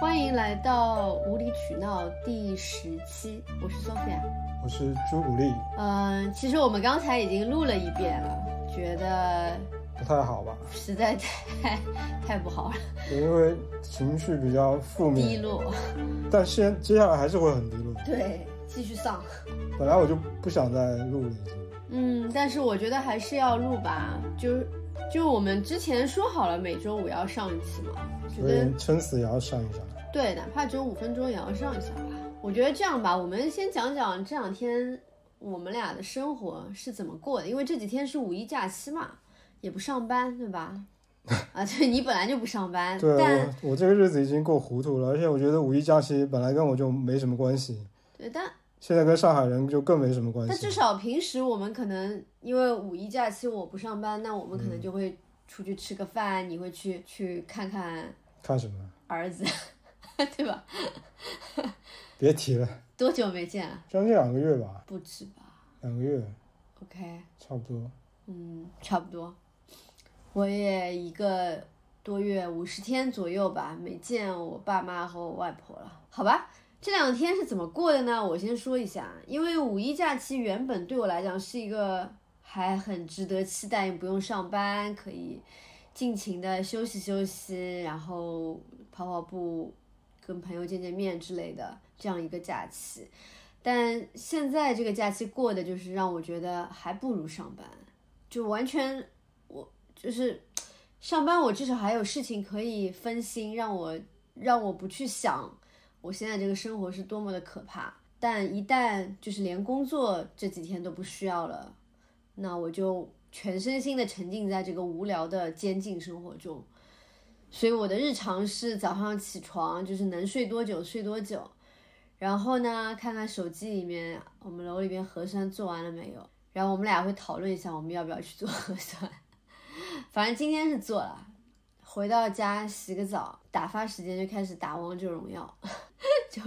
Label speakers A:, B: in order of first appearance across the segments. A: 欢迎来到无理取闹第十期，我是 Sophia。
B: 我是朱古力，
A: 嗯、其实我们刚才已经录了一遍了，觉得
B: 不太好吧？
A: 实在太 太不好了，
B: 因为情绪比较负
A: 低
B: 面，
A: 落。
B: 但现接下来还是会很低落。
A: 对，继续上。
B: 本来我就不想再录了，已经。
A: 嗯，但是我觉得还是要录吧，就是就我们之前说好了每周五要上一期嘛，觉
B: 所
A: 得
B: 以撑死也要上一上。
A: 对，哪怕只有五分钟也要上一下吧。我觉得这样吧，我们先讲讲这两天我们俩的生活是怎么过的，因为这几天是五一假期嘛，也不上班，对 吧？啊，对你本来就不上班，
B: 对
A: 但
B: 我，我这个日子已经过糊涂了，而且我觉得五一假期本来跟我就没什么关系，
A: 对，但
B: 现在跟上海人就更没什么关
A: 但
B: 系
A: 至。少平时我们可能因为五一假期我不上班，那我们
B: 嗯
A: 可能就会出去吃个饭，你会去去看看
B: 看什么？
A: 儿子， 对吧？
B: 别提了，
A: 多久没见啊？
B: 将近两个月吧，
A: 不止吧
B: 两个月
A: ？OK，
B: 差不多。
A: 嗯，差不多。我也一个多月五十天左右吧，没见我爸妈和我外婆了。好吧，这两天是怎么过的呢？我先说一下，因为五一假期原本对我来讲是一个还很值得期待，不用上班，可以尽情的休息休息，然后跑跑步，跟朋友见见面之类的这样一个假期。但现在这个假期过的就是让我觉得还不如上班。就完全我就是上班，我至少还有事情可以分心，让我让我不去想我现在这个生活是多么的可怕。但一旦就是连工作这几天都不需要了，那我就全身心的沉浸在这个无聊的监禁生活中。所以我的日常是早上起床就是能睡多久睡多久，然后呢看看手机里面呃我们楼里边核酸做完了没有，然后我们俩会讨论一下我们要不要去做 核酸。反正今天是做了，回到家洗个澡，打发时间就开始打王者荣耀， 就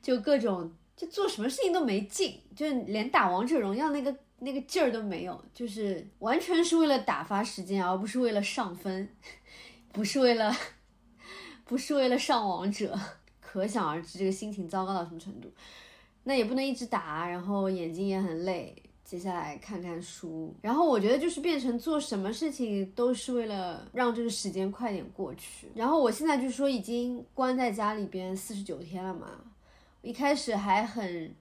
A: 就各种就做什么事情都没劲，就连打王者荣耀那个那个劲儿都没有，就是完全是为了打发时间，而不是为了上分， 不是为了不是为了上王者，可想而知这个心情糟糕到什么程度。那也不能一直打，啊然后眼睛也很累。接下来看看书，然后我觉得就是变成做什么事情都是为了让这个时间快点过去。然后我现在就说已经关在家里边四十九天了嘛，一开始还很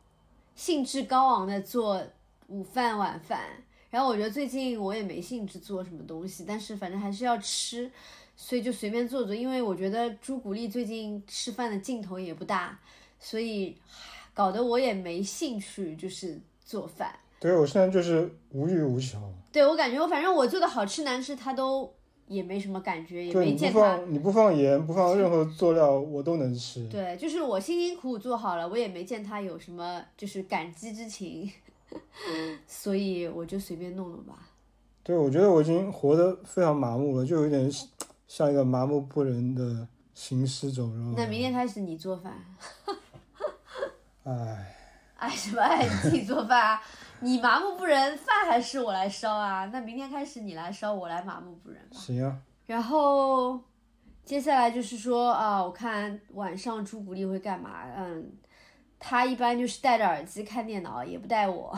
A: 兴致高昂的做午饭晚饭，然后我觉得最近我也没兴致做什么东西，但是反正还是要吃，所以就随便做做。因为我觉得朱古力最近吃饭的劲头也不大，所以搞得我也没兴趣，就是做饭。
B: 对我现在就是无欲无求，
A: 对我感觉我反正我做的好吃难吃，他都也没什么感觉，也
B: 对
A: 没
B: 你不
A: 见他。
B: 放你不放盐，不放任何佐料，我都能吃。
A: 对，就是我辛辛苦苦做好了，我也没见他有什么就是感激之情， 所以我就随便弄弄吧。
B: 对，我觉得我已经活得非常麻木了，就有点像像一个麻木不仁的行尸走肉。
A: 那明天开始你做 饭，
B: 唉，
A: 爱什么 爱你自己做饭啊？你麻木不仁，饭还是我来烧啊？那明天开始你来烧，我来麻木不仁。
B: 行啊，
A: 然后接下来就是说啊，我看晚上朱古力会干嘛？嗯，他一般就是戴着耳机看电脑，也不带我，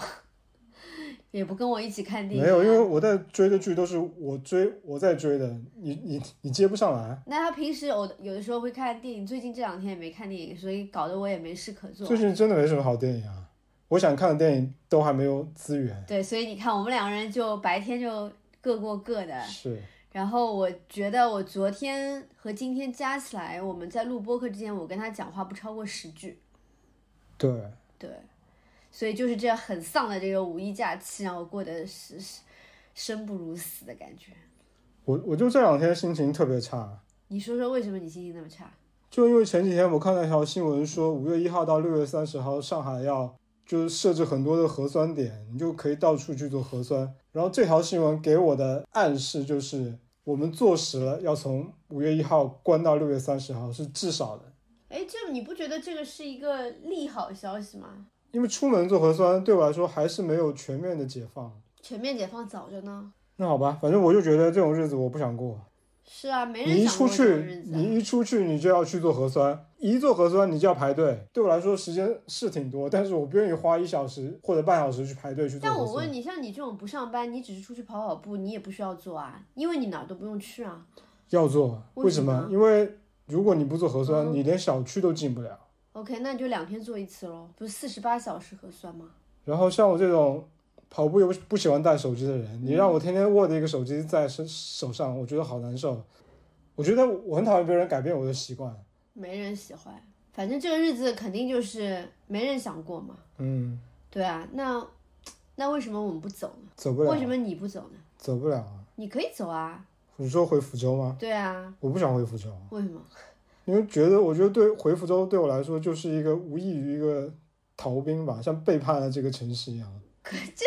A: 也不跟我一起看电影。啊
B: 没有，因为我在追的剧都是我追我在追的，你你你接不上来。
A: 那他平时有的有的时候会看电影，最近这两天也没看电影，所以搞得我也没事可做
B: 最。近真的没什么好电影啊，我想看的电影都还没有资源。
A: 对，所以你看，我们两个人就白天就各过各的，
B: 是，
A: 然后我觉得我昨天和今天加起来，我们在录播客之前，我跟他讲话不超过十句。
B: 对，
A: 对，所以就是这样很丧的这个五一假期，让我过得是是生不如死的感觉。
B: 我我就这两天心情特别差，
A: 你说说为什么你心情那么差？
B: 就因为前几天我看到一条新闻说，五月一号到六月三十号，上海要就是设置很多的核酸点，你就可以到处去做核酸。然后这条新闻给我的暗示就是，我们坐实了要从五月一号关到六月三十号是至少的，
A: 哎，这你不觉得这个是一个利好消息吗？
B: 因为出门做核酸对我来说还是没有全面的解放。
A: 全面解放早着呢。
B: 那好吧，反正我就觉得这种日子我不想过。
A: 是啊，没人
B: 你一
A: 想
B: 出
A: 过这种
B: 去
A: 日，子啊。
B: 你一出去，你就要去做核酸，一做核酸你就要排队。对我来说时间是挺多，但是我不愿意花一小时或者半小时去排队去做
A: 但
B: 核
A: 我问
B: 酸。
A: 你，像你这种不上班，你只是出去跑跑步，你也不需要做啊，因为你哪儿都不用去啊。
B: 要做，
A: 为
B: 为什
A: 什么
B: 么？因为如果你不做核酸，
A: 嗯
B: 你连小区都进不了。
A: OK，那你就两天做一次喽，不是四十八小时核酸吗？
B: 然后像我这种跑步又不不喜欢带手机的人，
A: 嗯
B: 你让我天天握着一个手机在身手上，我觉得好难受。我觉得我很讨厌别人改变我的习惯。
A: 没人喜欢，反正这个日子肯定就是没人想过嘛。
B: 嗯，
A: 对啊，那那为什么我们不走呢？
B: 走不了
A: 为，什么你不走呢？
B: 走不了啊。
A: 你可以走啊，
B: 你说回福州吗？
A: 对啊，
B: 我不想回福州。
A: 为什么？
B: 因为觉得，我觉得对回福州对我来说就是一个无异于一个逃兵吧，像背叛了这个城市一样。
A: 可这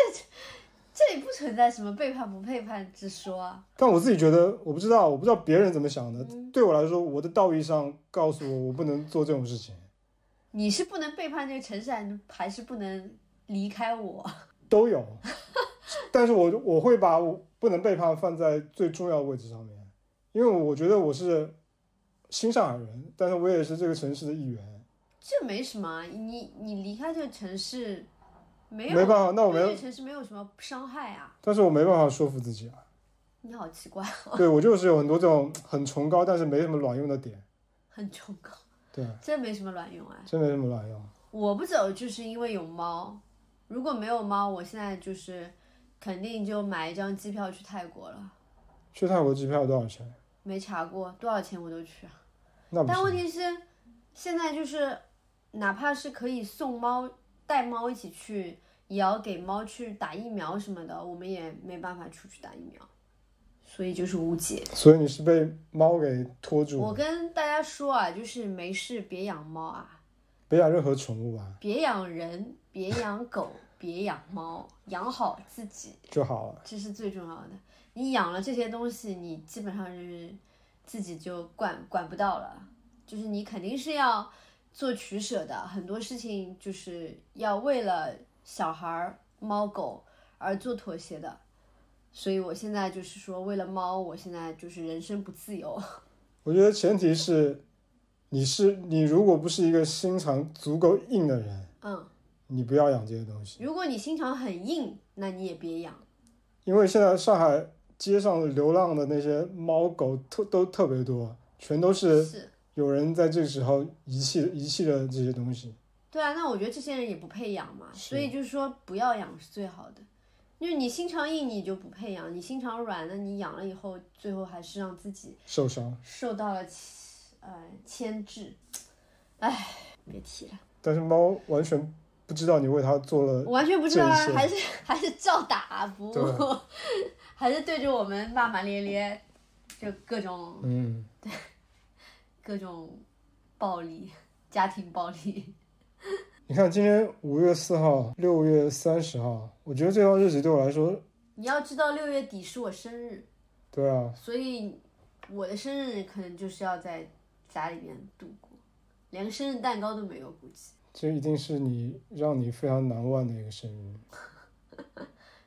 A: 这里不存在什么背叛不背叛之说啊。
B: 但我自己觉得，我不知道，我不知道别人怎么想的。
A: 嗯
B: 对我来说，我的道义上告诉我，我不能做这种事情，
A: 你是不能背叛这个城市，还是还是不能离开我？
B: 都有。但是我我会把我不能背叛放在最重要的位置上面，因为我觉得我是新上海人，但是我也是这个城市的一员。
A: 这没什么啊，你你离开这个城市，没有
B: 没办法，那我
A: 对这
B: 没，
A: 个城市没有什么伤害啊。
B: 但是我没办法说服自己啊。
A: 你好奇怪，
B: 对我就是有很多这种很崇高，但是没什么卵用的点。
A: 很崇高，
B: 对。
A: 真没什么卵用啊。
B: 真没什么卵用。
A: 我不走就是因为有猫，如果没有猫，我现在就是肯定就买一张机票去泰国了。
B: 去泰国机票多少钱？
A: 没查过多少钱我都去啊，
B: 那不
A: 但问
B: 行，
A: 题是现在就是哪怕是可以送猫带猫一起去，也要给猫去打疫苗什么的，我们也没办法出去打疫苗，所以就是无解。
B: 所以你是被猫给拖住
A: 我
B: 了，
A: 跟大家说啊，就是没事别养猫啊，
B: 别养任何宠物吧
A: 别养人，别养狗，别养猫，养好自己。
B: 就好了。
A: 这是最重要的。你养了这些东西，你基本上是自己就管管不到了，就是你肯定是要做取舍的，很多事情就是要为了小孩儿、猫狗而做妥协的。所以我现在就是说，为了猫，我现在就是人生不自由。
B: 我觉得前提是，你是你如果不是一个心肠足够硬的人，
A: 嗯，
B: 你不要养这些东西，
A: 如果你心肠很硬，那你也别养。
B: 因为现在上海街上流浪的那些猫狗特都特别多，全都是
A: 是，
B: 有人在这个时候遗弃遗弃了这些东西。
A: 对啊，那我觉得这些人也不配养嘛，
B: 是
A: 所以就是说不要养是最好的，因为你心肠硬你就不配养，你心肠软那你养了以后，最后还是让自己
B: 受伤，
A: 受到了呃牵制，唉，别提了，
B: 但是猫完全不知道你为它做了，
A: 我完全不知道啊
B: 这一，切
A: 还是还是照打啊不
B: 对啊
A: 误， 还是对着我们骂骂咧咧，就各种
B: 嗯，
A: 各种暴力，家庭暴力，
B: 你看，今天五月四号、六月三十号，我觉得这段日子对我来说，
A: 你要知道六月底是我生日。
B: 对啊，
A: 所以我的生日可能就是要在家里面度过，连个生日蛋糕都没有，估计
B: 这一定是你让你非常难忘的一个生日。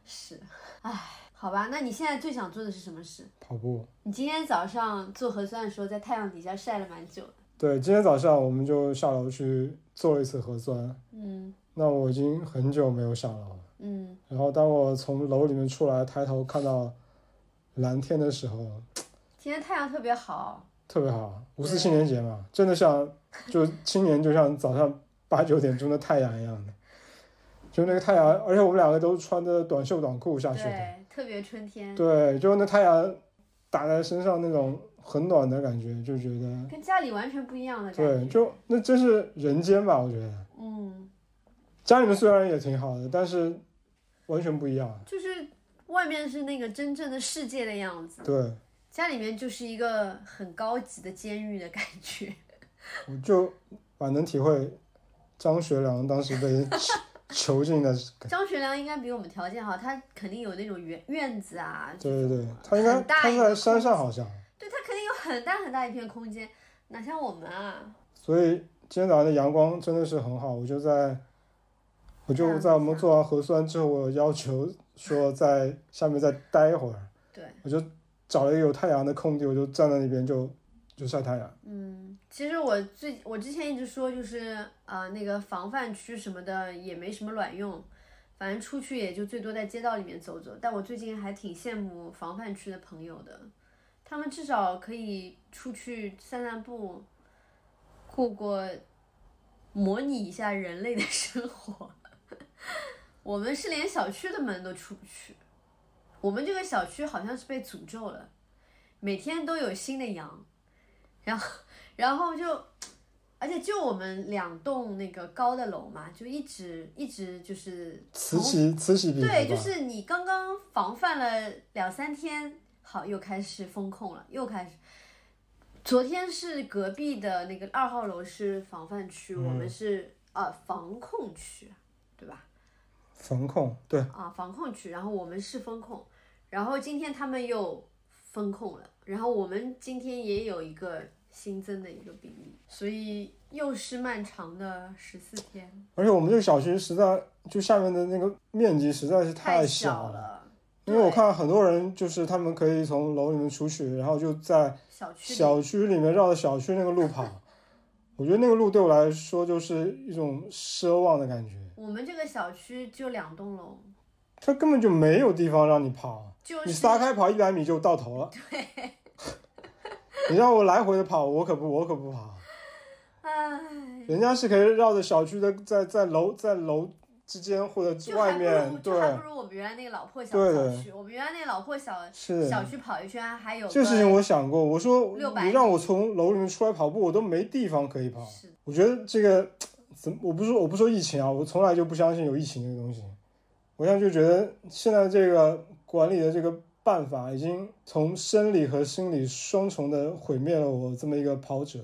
A: 是。唉，好吧，那你现在最想做的是什么事？
B: 跑步，
A: 你今天早上做核酸的时候，在太阳底下晒了蛮久的。
B: 对，今天早上我们就下楼去做了一次核酸。
A: 嗯
B: 那我已经很久没有下楼了。
A: 嗯，
B: 然后当我从楼里面出来，抬头看到蓝天的时候，
A: 今天太阳特别好，
B: 特别好。五四
A: 对
B: 青年节嘛，真的像，就青年就像早上八九点钟的太阳一样的，就那个太阳，而且我们两个都穿着短袖短裤下去的。
A: 对，特别春天，
B: 对，就那太阳打在身上那种很暖的感觉，就觉得，
A: 跟家里完全不一样的感觉。
B: 嗯对，就那真是人间吧，我觉得。
A: 嗯，
B: 家里面虽然也挺好的，但是完全不一样。
A: 就是外面是那个真正的世界的样子，
B: 对，
A: 家里面就是一个很高级的监狱的感觉。
B: 我就蛮能体会张学良当时被 囚囚禁的感
A: 张学良应该比我们条件好，他肯定有那种院院子啊，
B: 觉。对对对，他
A: 很
B: 应该
A: 大
B: 他
A: 一个
B: 在山上
A: 空
B: 好像，
A: 对他肯定有很大很大一片空间，哪像我们啊？
B: 所以今天早上的阳光真的是很好。我就在，我
A: 太
B: 就
A: 阳
B: 在我们
A: 下
B: 做完核酸之后，我有要求说在下面再待一会儿。
A: 对，
B: 我就找了一个有太阳的空地，我就站在那边就就晒太阳。
A: 嗯，其实我最我之前一直说就是呃那个防范区什么的也没什么卵用，反正出去也就最多在街道里面走走。但我最近还挺羡慕防范区的朋友的，他们至少可以出去散散步，过过模拟一下人类的生活。 我们是连小区的门都出不去，我们这个小区好像是被诅咒了，每天都有新的羊。然后然后就，而且就我们两栋那个高的楼嘛，就一直一直就是
B: 此起此起彼伏
A: 哦
B: 吧。
A: 对，就是你刚刚防范了两三天，好，又开始风控了，又开始。昨天是隔壁的那个二号楼是防范区，
B: 嗯
A: 我们是呃防控区，对吧？
B: 防控对，
A: 啊，防控区，然后我们是风控，然后今天他们又风控了，然后我们今天也有一个新增的一个病例，所以又是漫长的十四天，
B: 而且我们这个小区实在就下面的那个面积实在是
A: 太
B: 小了，
A: 了，
B: 因为我
A: 对
B: 看很多人就是他们可以从楼里面出去，然后就在
A: 小区里
B: 小区里面绕着小区那个路跑。我觉得那个路对我来说就是一种奢望的感觉，
A: 我们这个小区就两栋楼，
B: 它根本就没有地方让你跑，
A: 就
B: 你
A: 是
B: 撒开跑一百米就到头了。你让我来回的跑，我可不我可不跑。
A: 唉，
B: 人家是可以绕着小区的，在在楼在楼之间或者
A: 就
B: 外
A: 还不
B: 面
A: 如，就还
B: 对，
A: 不如我们原来那个老破小
B: 对
A: 小
B: 的
A: 区，我们原来那个老破小
B: 是
A: 小区跑一圈还有
B: 这个事情
A: 个
B: 我想过，我说
A: 600
B: 你让我从楼里面出来跑步，我都没地方可以跑。
A: 是
B: 我觉得这个怎么，我不是说我不说疫情啊，我从来就不相信有疫情这个东西。我现在就觉得现在这个管理的这个办法，已经从生理和心理双重的毁灭了我这么一个跑者。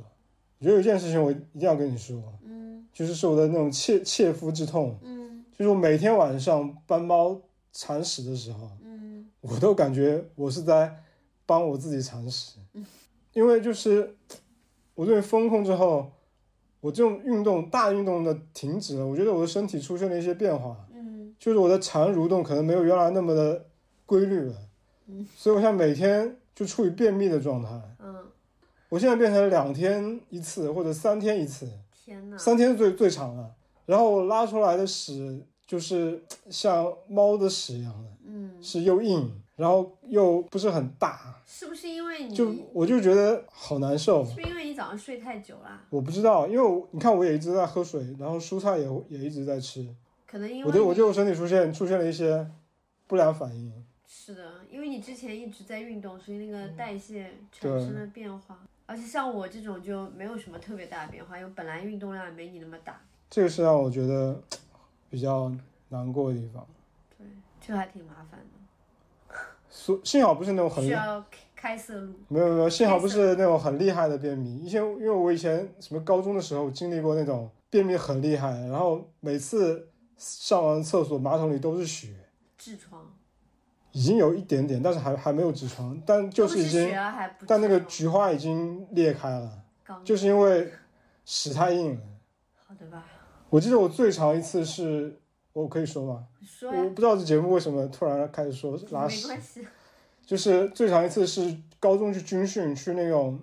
B: 我觉得有一件事情我一定要跟你说，
A: 嗯
B: 就是是我的那种切切肤之痛，
A: 嗯
B: 就是我每天晚上搬猫铲屎的时候，
A: 嗯
B: 我都感觉我是在帮我自己铲屎，因为就是我对风控之后，我这种运动大运动的停止了，我觉得我的身体出现了一些变化，
A: 嗯
B: 就是我的肠蠕动可能没有原来那么的规律了，所以我现在每天就处于便秘的状态，
A: 嗯，
B: 我现在变成两天一次或者三天一次，
A: 天呐，
B: 三天是最最长的，然后我拉出来的屎就是像猫的屎一样的。
A: 嗯。
B: 是又硬，然后又不是很大，
A: 是不是因为你
B: 就我就觉得好难受
A: 是。不是因为你早上睡太久啊啦？
B: 我不知道，因为我你看我也一直在喝水，然后蔬菜也也一直在吃，
A: 可能因为
B: 我对我
A: 你
B: 对我身体出现出现了一些不良反应。
A: 是的，因为你之前一直在运动，所以那个代谢产
B: 嗯对
A: 生了变化。而且像我这种就没有什么特别大的变化，因为本来运动量也没你那么大，
B: 这个是让我觉得比较难过的地方。
A: 对，就还挺麻烦的，
B: 所幸好不是那种很
A: 需要开开塞露。
B: 没有没有，幸好不是那种很厉害的便秘。以前因为我以前什么高中的时候经历过那种便秘很厉害，然后每次上完厕所马桶里都是血。
A: 痔疮，
B: 已经有一点点，但是还还没有痔疮，但就
A: 都
B: 已经，
A: 血啊，还不
B: 但那个
A: 痔
B: 菊花已经裂开了，
A: 疮刚
B: 就是因为屎太硬了。
A: 好的吧？
B: 我记得我最长一次是，我可以说吗？
A: 你说呀，
B: 我不知道这节目为什么突然开始说拉
A: 没
B: 屎，
A: 关系。
B: 就是最长一次是高中去军训，去那种，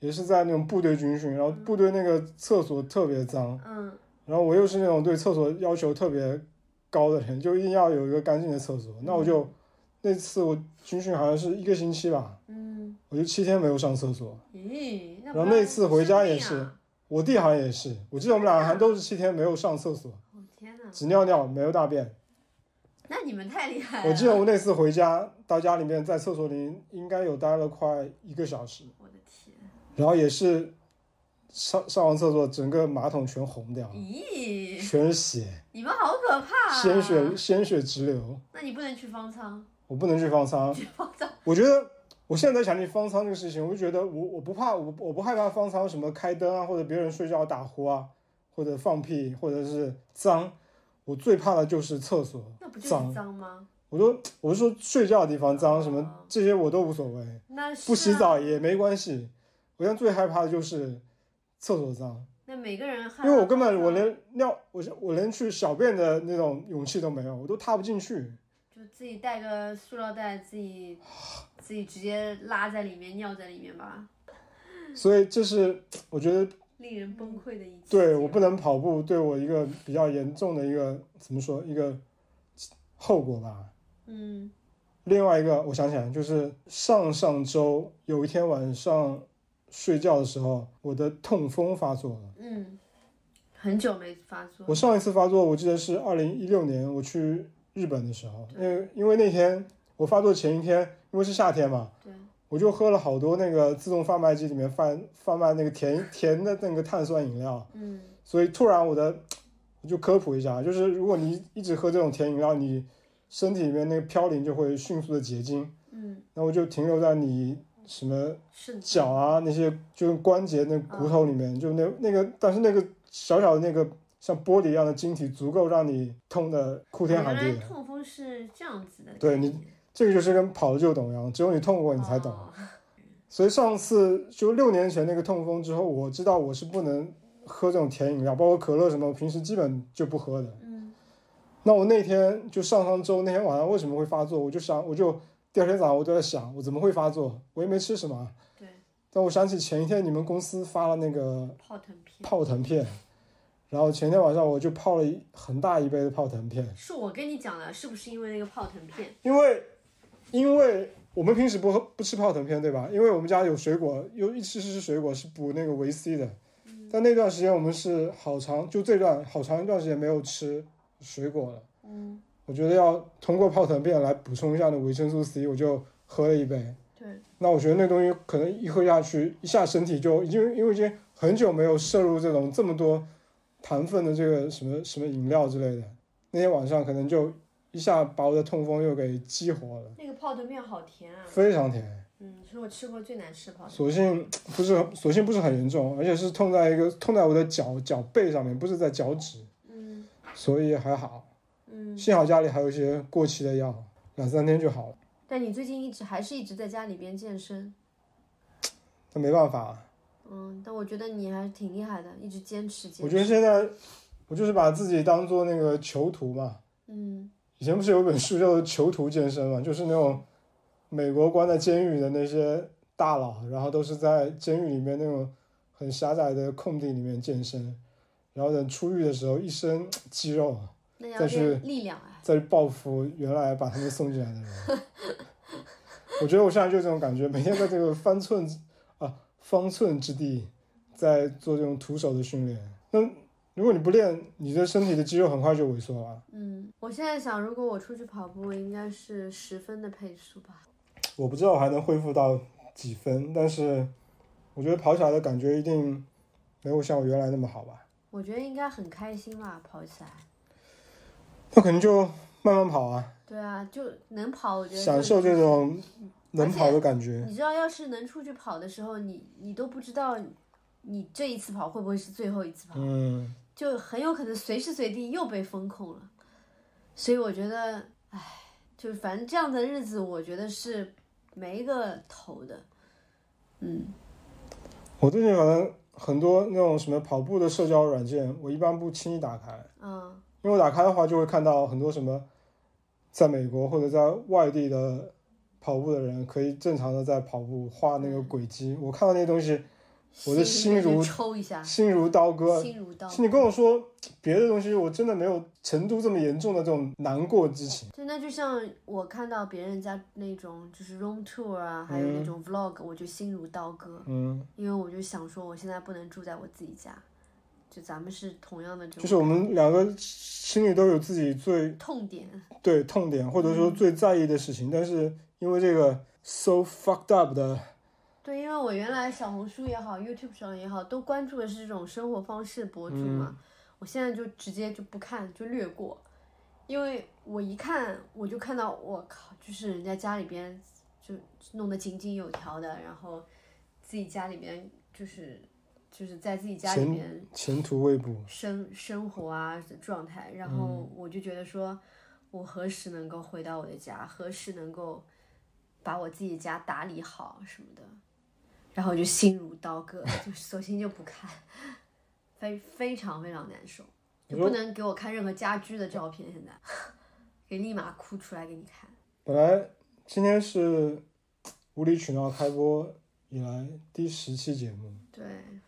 B: 也是在那种部队军训，然后部队那个厕所特别脏，
A: 嗯
B: 然后我又是那种对厕所要求特别高的人，就一定要有一个干净的厕所。那我就那次我军训好像是一个星期吧，
A: 嗯，
B: 我就七天没有上厕所。
A: 咦，那
B: 然
A: 不
B: 后
A: 要
B: 那次回家也
A: 生病
B: 是
A: 啊，
B: 我弟好像也是，我记得我们俩还都是七天没有上厕所，
A: 哦天哪，
B: 只尿尿没有大便。
A: 那你们太厉害了。
B: 我记得我那次回家到家里面，在厕所里应该有待了快一个小时，
A: 我的天，
B: 然后也是上上完厕所，整个马桶全红掉，
A: 咦，
B: 全是血，
A: 你们好可怕、啊！
B: 鲜血鲜血直流。
A: 那你不能去方舱，
B: 我不能去方舱，
A: 去方舱
B: 我觉得我现在在想起方舱这个事情，我就觉得我我不怕，我我不害怕方舱什么开灯啊，或者别人睡觉打呼啊，或者放屁，或者是脏。我最怕的就是厕所
A: 那不就是
B: 脏，
A: 脏吗？
B: 我都我是说睡觉的地方脏，什
A: 啊
B: 么这些我都无所谓，
A: 那是、啊、
B: 不洗澡也没关系。我现在最害怕的就是厕所脏，
A: 那每个人害
B: 因为我
A: 怕
B: 根本
A: 脏
B: 我连尿我我连去小便的那种勇气都没有，我都踏不进去。
A: 对就自己带个塑料袋，自己自己直接拉在里面，尿在里面吧，
B: 所以这是我觉得
A: 令人崩溃的一期。
B: 对我不能跑步对我一个比较严重的一个怎么说一个后果吧。
A: 嗯
B: 另外一个，我想起来，就是上上周有一天晚上睡觉的时候，我的痛风发作了。
A: 嗯，很久没发作。
B: 我上一次发作，我记得是二零一六年我去日本的时候，因为因为那天我发作前一天，因为是夏天嘛，
A: 对，
B: 我就喝了好多那个自动贩卖机里面贩贩卖那个甜甜的那个碳酸饮料，
A: 嗯
B: 所以突然我的我就科普一下，就是如果你一直喝这种甜饮料，你身体里面那个嘌呤就会迅速的结晶。
A: 嗯，
B: 然后就停留在你什么
A: 是的。
B: 脚啊那些就是关节那骨头里面，就那那个，但是那个小小的那个像玻璃一样的晶体，足够让你痛的哭天喊
A: 原
B: 地
A: 来
B: 的。
A: 痛风是这样子的概
B: 对
A: 念，
B: 你这个就是跟跑了就懂一样，只有你痛过你才懂。
A: 哦
B: 所以上次就六年前那个痛风之后，我知道我是不能喝这种甜饮料，包括可乐什么，我平时基本就不喝的。
A: 嗯
B: 那我那天就上上周那天晚上为什么会发作，我就想，我就第二天早上我都在想，我怎么会发作？我也没吃什么啊。
A: 对，
B: 但我想起前一天你们公司发了那个
A: 泡腾片
B: 泡腾片，然后前天晚上我就泡了一很大一杯的泡腾片，
A: 是我跟你讲的，是不是因为那个泡腾片？
B: 因为因为我们平时不喝不吃泡腾片对吧？因为我们家有水果，有一吃是水果是补那个维 C 的，但那段时间我们是好长就这段好长一段时间没有吃水果了，
A: 嗯，
B: 我觉得要通过泡腾片来补充一下那维生素 C，我就喝了一杯。
A: 对，
B: 那我觉得那东西可能一喝下去，一下身体就已经因为已经很久没有摄入这种这么多糖分的这个什么什么饮料之类的，那天晚上可能就一下把我的痛风又给激活了，
A: 那个泡腾片好甜啊，
B: 非常甜。
A: 嗯，是我吃过最难吃的泡腾。
B: 所幸不是很，所幸不是很严重，而且是痛在一个痛在我的脚脚背上面，不是在脚趾，
A: 嗯
B: 所以还好。
A: 嗯，
B: 幸好家里还有一些过期的药，两三天就好了。
A: 但你最近一直还是一直在家里边健身，
B: 那没办法，
A: 嗯，但我觉得你还是挺厉害的，一直坚持坚
B: 我
A: 持。
B: 觉得现在我就是把自己当做那个囚徒嘛。
A: 嗯，
B: 以前不是有一本书叫做《囚徒健身》嘛，就是那种美国关在监狱里的那些大佬，然后都是在监狱里面那种很狭窄的空地里面健身，然后等出狱的时候一身肌肉，
A: 那要
B: 再去
A: 练力量啊。
B: 再去报复原来把他们送进来的人。 我觉得我现在就这种感觉，每天在这个方寸啊方寸之地，在做这种徒手的训练。那如果你不练，你的身体的肌肉很快就萎缩了。
A: 嗯，我现在想，如果我出去跑步，应该是十分的配速吧。
B: 我不知道我还能恢复到几分，但是我觉得跑起来的感觉一定没有像我原来那么好吧。
A: 我觉得应该很开心吧，跑起来。
B: 那肯定就慢慢跑啊，
A: 对啊，就能跑，我觉得就
B: 享受这种能跑的感觉。
A: 你知道，要是能出去跑的时候，你你都不知道你，你这一次跑会不会是最后一次跑，
B: 嗯，
A: 就很有可能随时随地又被风控了。所以我觉得，唉，就是反正这样的日子，我觉得是没一个头的。嗯，
B: 我最近反正很多那种什么跑步的社交软件，我一般不轻易打开，
A: 啊，
B: 因为我打开的话就会看到很多什么在美国或者在外地的跑步的人可以正常的在跑步画那个轨迹。我看到那些东西我的
A: 心
B: 心如
A: 就抽一下，
B: 心如刀割，
A: 心如刀
B: 其。实你跟我说别的东西，我真的没有成都这么严重的这种难过之情。
A: 真的就像我看到别人家那种就是 room tour 啊，还有那种 vlog，我就心如刀割。
B: 嗯，
A: 因为我就想说，我现在不能住在我自己家，就咱们是同样的这种
B: 就是我们两个心里都有自己最
A: 痛点。
B: 对痛点，或者说最在意的事情，但是因为这个 so fucked up 的，
A: 对，因为我原来小红书也好，YouTube 上也好，都关注的是这种生活方式博主嘛。我现在就直接就不看，就略过，因为我一看我就看到我靠，就是人家家里边就弄得井井有条的，然后自己家里边就是就是在自己家里
B: 前
A: 边
B: 前途未卜。
A: 生生活啊状态，然
B: 嗯
A: 后我就觉得说，我何时能够回到我的家，何时能够把我自己家打理好什么的，然后我就心如刀割，就索性就不看， 非非常非常难受，就
B: 你
A: 不
B: 说
A: 能给我看任何家居的照片，现在给可以立马哭出来给你看。
B: 本来今天是无理取闹开播以来第十期节目，
A: 对，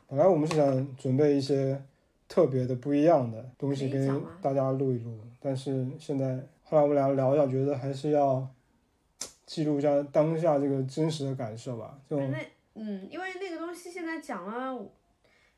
B: 本来我们是想准备一些特别的、不一样的东西
A: 可以
B: 给
A: 讲吗
B: 大家录一录，但是现在后来我们俩聊一下，觉得还是要记录一下当下这个真实的感受吧。这
A: 哎
B: 种
A: 那嗯，因为那个东西现在讲了，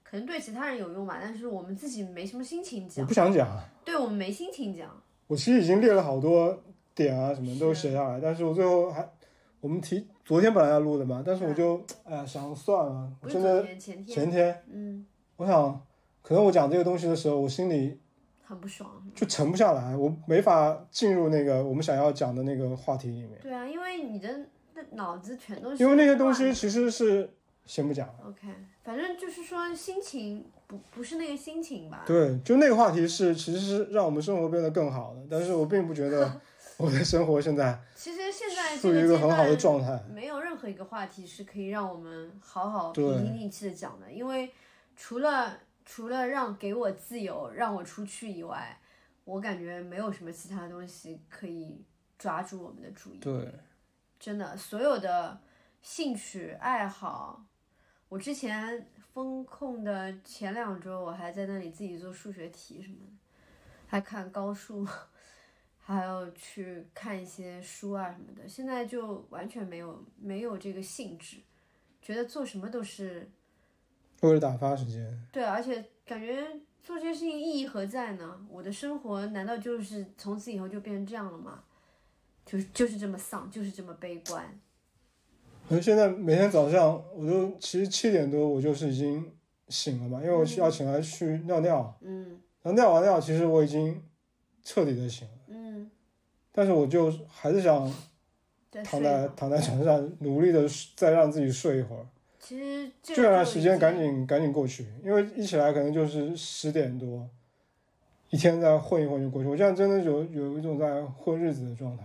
A: 可能对其他人有用吧，但是我们自己没什么心情
B: 我
A: 讲，
B: 不想讲，
A: 对我们没心情讲。
B: 我其实已经列了好多点啊，什么都
A: 是
B: 写下来，但是我最后还我们提昨天本来要录的嘛，但是我
A: 是啊
B: 就哎呀想算了，我
A: 不是
B: 真
A: 昨
B: 的
A: 天前天，
B: 前天
A: 嗯，
B: 我想，可能我讲这个东西的时候，我心里
A: 很不爽。
B: 就沉不下来，我没法进入那个我们想要讲的那个话题里面，
A: 对啊，因为你的那脑子全都是
B: 因为那些东
A: 乱
B: 西
A: 的。
B: 其实是先不讲。
A: OK，反正就是说心情不不是那个心情吧。
B: 对，就那个话题是其实是让我们生活变得更好的，但是我并不 觉得我的生活现在
A: 其实现在这
B: 处于一
A: 阶
B: 个很好的
A: 段，
B: 状态。
A: 没有任何一个话题是可以让我们好好
B: 对
A: 平心静气的讲的，因为除了除了让给我自由，让我出去以外，我感觉没有什么其他东西可以抓住我们的注意。
B: 对，
A: 真的，所有的兴趣爱好，我之前风控的前两周，我还在那里自己做数学题什么的，还看高数，还有去看一些书啊什么的。现在就完全没有没有这个兴致，觉得做什么都是
B: 为了打发时间，
A: 对，而且感觉做这些事情意义何在呢？我的生活难道就是从此以后就变成这样了吗？就是就是这么丧，就是这么悲观。
B: 可是现在每天早上，我就其实七点多我就是已经醒了嘛，因为我要起来去尿尿，
A: 嗯
B: 然后尿完尿，其实我已经彻底的醒了。
A: 嗯。
B: 但是我就还是想
A: 对，
B: 躺
A: 睡
B: 在
A: 吧
B: 躺在床上，努力的再让自己睡一会儿，
A: 其实这
B: 就
A: 个
B: 让
A: 就
B: 时
A: 已
B: 间
A: 经
B: 赶紧赶紧过去，因为一起来可能就是十点多，一天再混一混就过去。我现在真的有有一种在混日子的状态，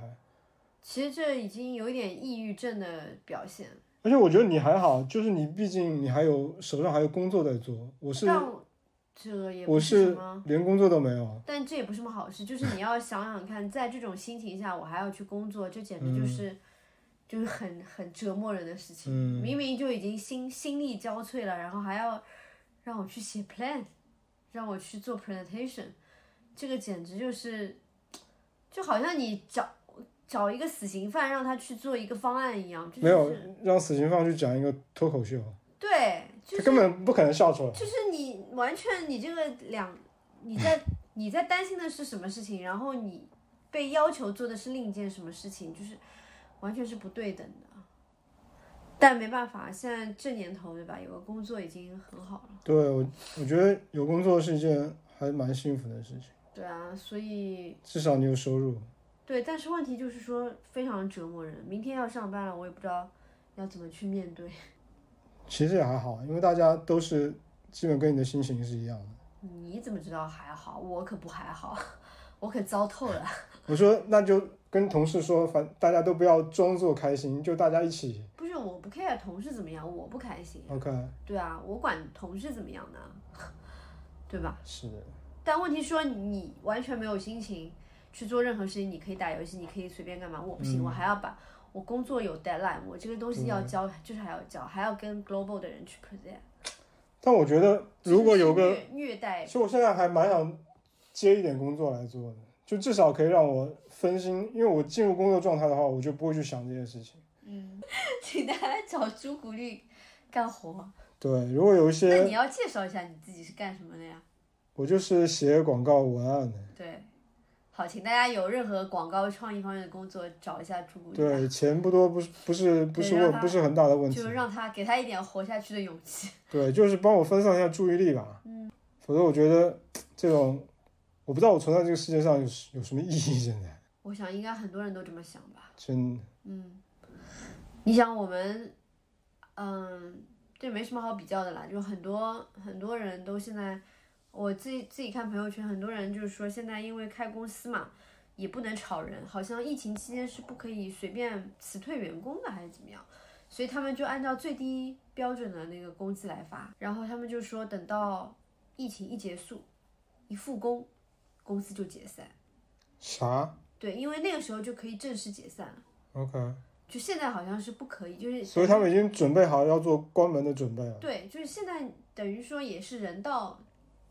A: 其实这已经有一点抑郁症的表现。
B: 而且我觉得你还好，就是你毕竟你还有手上还有工作在做，我是
A: 但我这也不
B: 我
A: 是什
B: 是
A: 么，
B: 连工作都没有，
A: 但这也不是什么好事。就是你要想想看，在这种心情下，我还要去工作，这简直就是、就是很很折磨人的事情。
B: 嗯
A: 明明就已经心心力交瘁了，然后还要让我去写 plan，让我去做 presentation，这个简直就是，就好像你找找一个死刑犯让他去做一个方案一样，这就
B: 没有
A: 是
B: 让死刑犯去讲一个脱口秀，
A: 对，就是
B: 他根本不可能笑出来。
A: 就是你完全你这个两，你在你在担心的是什么事情，然后你被要求做的是另一件什么事情，就是完全是不对等的。但没办法，现在这年头对吧？有个工作已经很好了，
B: 对我，我觉得有工作是一件还蛮幸福的事情。
A: 对啊，所以
B: 至少你有收入。
A: 对，但是问题就是说非常折磨人。明天要上班了，我也不知道要怎么去面对。
B: 其实也还好，因为大家都是基本跟你的心情是一样的。
A: 你怎么知道还好？我可不还好， 我可糟透了。
B: 我说那就跟同事说，反大家都不要装作开心，就大家一起
A: 不是，我不 care 同事怎么样，我不开心。
B: OK。
A: 对啊，我管同事怎么样呢， 对吧？
B: 是的，
A: 但问题说你完全没有心情去做任何事情，你可以打游戏，你可以随便干嘛，我不
B: 嗯
A: 行，我还要把我工作有 deadline，我这个东西要交，就是还要交，还要跟 global 的人去 present。
B: 但我觉得如果有个，
A: 虐虐待，
B: 其实我现在还蛮想接一点工作来做的，就至少可以让我分心，因为我进入工作状态的话，我就不会去想这些事情。
A: 嗯， 请大家找朱古力干活。
B: 对，如果有一
A: 那
B: 些，
A: 你要介绍一下你自己是干什么的呀？
B: 我就是写广告文案的。
A: 对，好，请大家有任何广告创意方面的工作，找一下朱古力。
B: 对，钱不多，不是不是不是
A: 对让
B: 问
A: 他
B: 不是很大的问题
A: 就。让他给他一点活下去的勇气。
B: 对，就是帮我分散一下注意力吧。嗯，否则我觉得这种，我不知道我存在这个世界上有什有什么意义。现在
A: 我想应该很多人都这么想吧。
B: 真的
A: 嗯，你想我们，嗯，这没什么好比较的啦，就很多很多人都现在，我自己自己看朋友圈，很多人就是说现在因为开公司嘛，也不能炒人，好像疫情期间是不可以随便辞退员工的，还是怎么样？所以他们就按照最低标准的那个工资来发，然后他们就说等到疫情一结束，一复工，公司就解散。
B: 啥？
A: 对，因为那个时候就可以正式解散了，
B: OK，
A: 就现在好像是不可以，就是
B: 所以他们已经准备好要做关门的准备了。
A: 对，就是现在等于说也是人道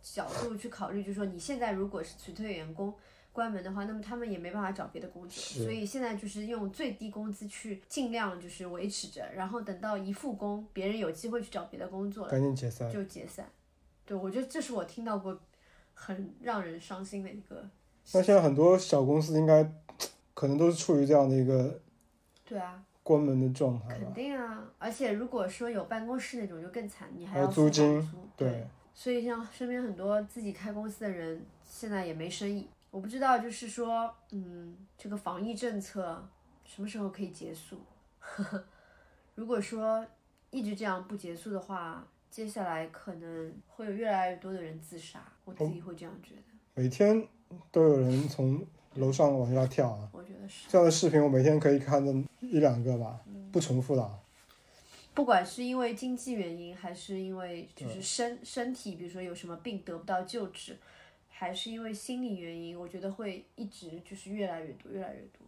A: 角度去考虑，就是说你现在如果是辞退员工关门的话，那么他们也没办法找别的工作，
B: 是
A: 所以现在就是用最低工资去尽量就是维持着，然后等到一复工，别人有机会去找别的工作了
B: 赶紧解散。
A: 就解散。对，我觉得这是我听到过很让人伤心的一个。
B: 那现在很多小公司应该可能都是处于这样的一个
A: 对啊，
B: 关门的状态吧
A: 肯？定啊，而且如果说有办公室那种就更惨，你还
B: 还有
A: 要
B: 租
A: 付房
B: 金
A: 租对
B: 对，
A: 所以像身边很多自己开公司的人，现在也没生意。我不知道，就是说，嗯，这个防疫政策什么时候可以结束？ 如果说一直这样不结束的话，接下来可能会有越来越多的人自杀。我
B: 哦
A: 自己会这样觉得，
B: 每天都有人从楼上往下跳啊。
A: 我觉得是，
B: 这样的视频我每天可以看的一两个吧，不重复的啊。
A: 不管是因为经济原因，还是因为就是身身体，比如说有什么病得不到救治，还是因为心理原因，我觉得会一直就是越来越多，越来越多。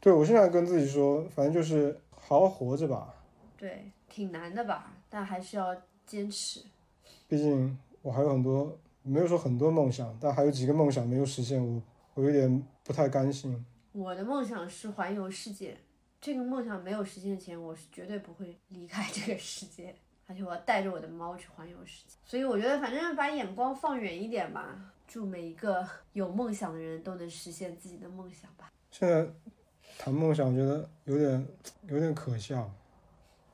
B: 对我现在跟自己说，反正就是好好活着吧，
A: 对，挺难的吧，但还是要坚持。
B: 毕竟我还有很多，没有说很多梦想，但还有几个梦想没有实现，我我有点不太甘心。
A: 我的梦想是环游世界，这个梦想没有实现前，我是绝对不会离开这个世界，而且我要带着我的猫去环游世界。所以我觉得，反正把眼光放远一点吧，祝每一个有梦想的人都能实现自己的梦想吧。
B: 现在谈梦想，我觉得有点有点可笑。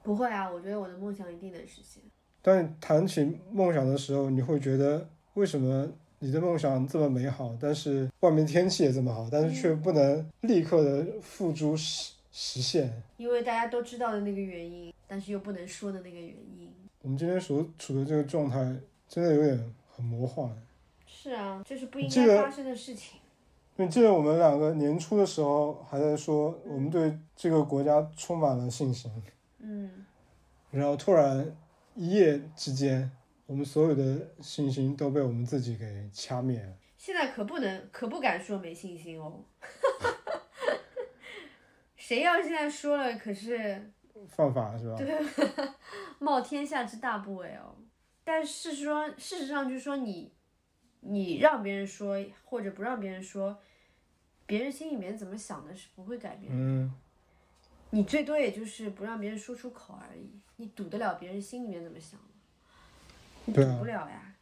A: 不会啊，我觉得我的梦想一定能实现。
B: 当你谈起梦想的时候，你会觉得为什么你的梦想这么美好，但是外面天气也这么好，但是却不能立刻的付诸实实现？
A: 因为大家都知道的那个原因，但是又不能说的那个原因。
B: 我们今天所处的这个状态，真的有点很魔幻。
A: 是啊，这是不
B: 你
A: 应
B: 这
A: 该
B: 个
A: 发生的事情。
B: 你记得我们两个年初的时候还在说，我们对这个国家充满了信心，
A: 嗯，
B: 然后突然一夜之间，我们所有的信心都被我们自己给掐灭了。
A: 现在可不能，可不敢说没信心哦。 谁要是现在说了，可是
B: 犯法是吧？
A: 冒天下之大不韪哦。但是说，事实上就是说你，你让别人说或者不让别人说，别人心里面怎么想的是不会改变的。
B: 嗯，
A: 你最多也就是不让别人说出口而已，你堵得了别人心里面怎么想吗？你堵
B: 对啊
A: 不了呀。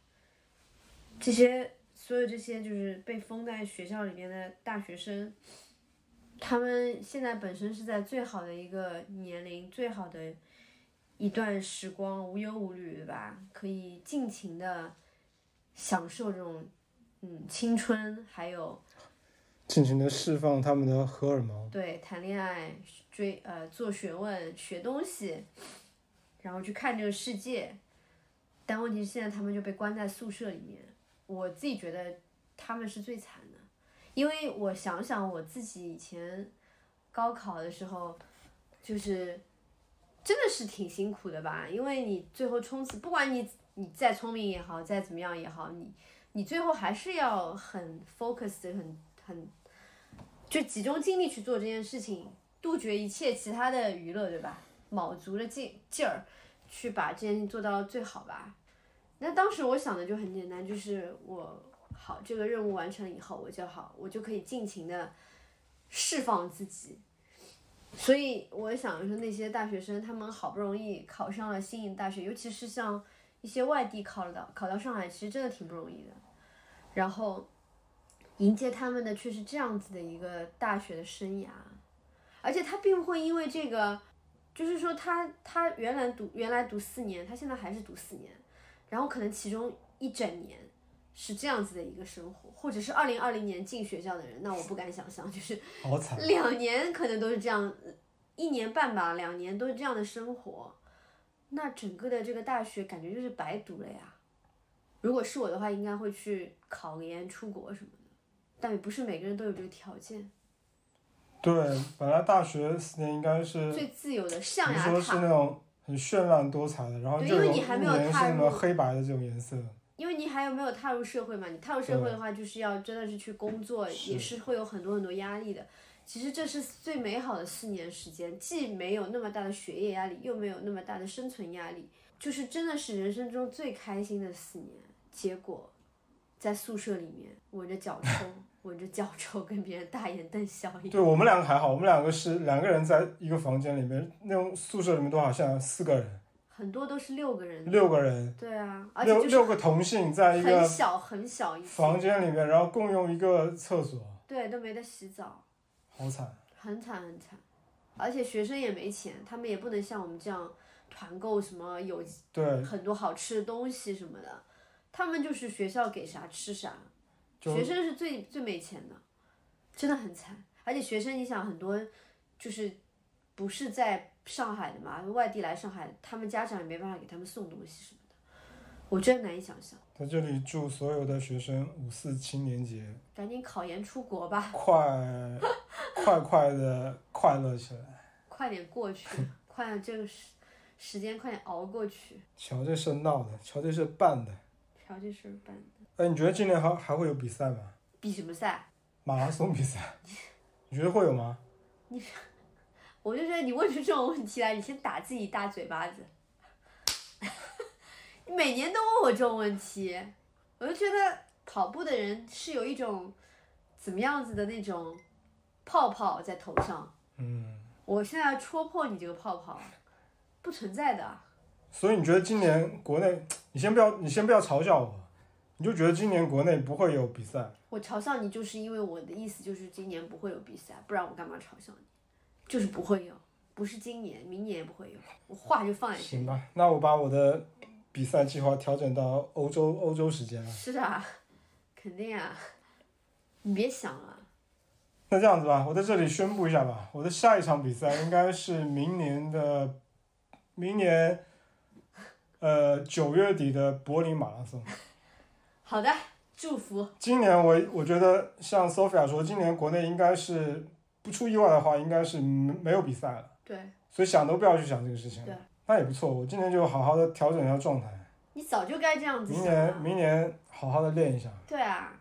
A: 这些所有这些就是被封在学校里面的大学生，他们现在本身是在最好的一个年龄，最好的一段时光，无忧无虑，对吧？可以尽情的享受这种嗯青春，还有
B: 尽情的释放他们的荷尔蒙。
A: 对，谈恋爱、追呃做学问、学东西，然后去看这个世界。但问题是，现在他们就被关在宿舍里面。我自己觉得他们是最惨的，因为我想想我自己以前高考的时候，就是真的是挺辛苦的吧，因为你最后冲刺，不管你你再聪明也好，再怎么样也好，你你最后还是要很 focus，很很就集中精力去做这件事情，杜绝一切其他的娱乐，对吧？卯足了劲劲儿，去把这件事情做到最好吧。那当时我想的就很简单，就是我好这个任务完成以后，我就好，我就可以尽情的释放自己。所以我想说，那些大学生他们好不容易考上了心仪的大学，尤其是像一些外地考到考到上海，其实真的挺不容易的。然后迎接他们的却是这样子的一个大学的生涯，而且他并不会因为这个，就是说他他原来读原来读四年，他现在还是读四年，然后可能其中一整年是这样子的一个生活，或者是二零二零年进学校的人，那我不敢想象，就是
B: 好惨！
A: 两年可能都是这样，一年半吧，两年都是这样的生活，那整个的这个大学感觉就是白读了呀。如果是我的话，应该会去考研、出国什么的，但也不是每个人都有这个条件。
B: 对，本来大学四年应该是，
A: 最自由的
B: 比
A: 象
B: 如
A: 牙
B: 说是
A: 塔，
B: 那种很绚烂多彩的，然后
A: 对
B: 这
A: 因为
B: 种
A: 你还
B: 一
A: 没有
B: 年是
A: 踏
B: 那
A: 入
B: 么黑白的这种颜色。
A: 因为你还有没有踏入社会嘛？你踏入社会的话，就是要真的是去工作，也是会有很多很多压力的。其实这是最美好的四年时间，既没有那么大的学业压力，又没有那么大的生存压力，就是真的是人生中最开心的四年。结果，在宿舍里面闻着脚臭， 闻着脚臭跟别人大眼瞪小 眼。
B: 对我们两个还好，我们两个是两个人在一个房间里面，那种宿舍里面都好像四个人、
A: 很多都是六个人，
B: 六个人，
A: 对啊，而且就
B: 六
A: 是
B: 六个同性在一
A: 很
B: 个
A: 小很小一间
B: 房间里面，然后共用一个厕所，
A: 对，都没得洗澡，
B: 好惨。
A: 很惨很惨。而且学生也没钱，他们也不能像我们这样团购什么有
B: 对，
A: 很多好吃的东西什么的，他们就是学校给啥吃啥，
B: 就
A: 学生是最最没钱的，真的很惨。而且学生，你想很多就是不是在上海的嘛，外地来上海，他们家长也没办法给他们送东西什么的，我真难以想象。
B: 在这里祝所有的学生五四青年节
A: 赶紧考研出国吧，
B: 快快快的快乐起来。
A: 快点过去， 快点这个时时间快点熬过去。
B: 瞧这事儿闹的，瞧这事儿办的。
A: 朴这事儿办的，
B: 哎，你觉得今年还还会有比赛吗？
A: 比什么赛？
B: 马拉松比赛， 你觉得会有吗？
A: 我就觉得你问出这种问题来，你先打自己一大嘴巴子。 你每年都问我这种问题，我就觉得跑步的人是有一种怎么样子的那种泡泡在头上。
B: 嗯，
A: 我现在要戳破你这个泡泡，不存在的。
B: 所以你觉得今年国内，你先不要，你先不要嘲笑我，你就觉得今年国内不会有比赛，
A: 我嘲笑你，就是因为我的意思就是今年不会有比赛，不然我干嘛嘲笑你？就是不会有，不是今年，明年也不会有。我话就放在这里。
B: 行吧？那我把我的比赛计划调整到欧洲欧洲时间了。
A: 是啊，肯定啊，你别想了，
B: 那这样子吧，我在这里宣布一下吧，我的下一场比赛应该是明年的，明年，呃九月底的柏林马拉松。
A: 好的，祝福，
B: 今年我我觉得像 Sophia 说，今年国内应该是不出意外的话，应该是没没有比赛了，
A: 对
B: 所以想都不要去想这个事情
A: 对。
B: 那也不错，我今年就好好的调整一下状态，
A: 你早就该这样子
B: 明
A: 想
B: 年
A: 了，
B: 明年好好的练一下。
A: 对啊，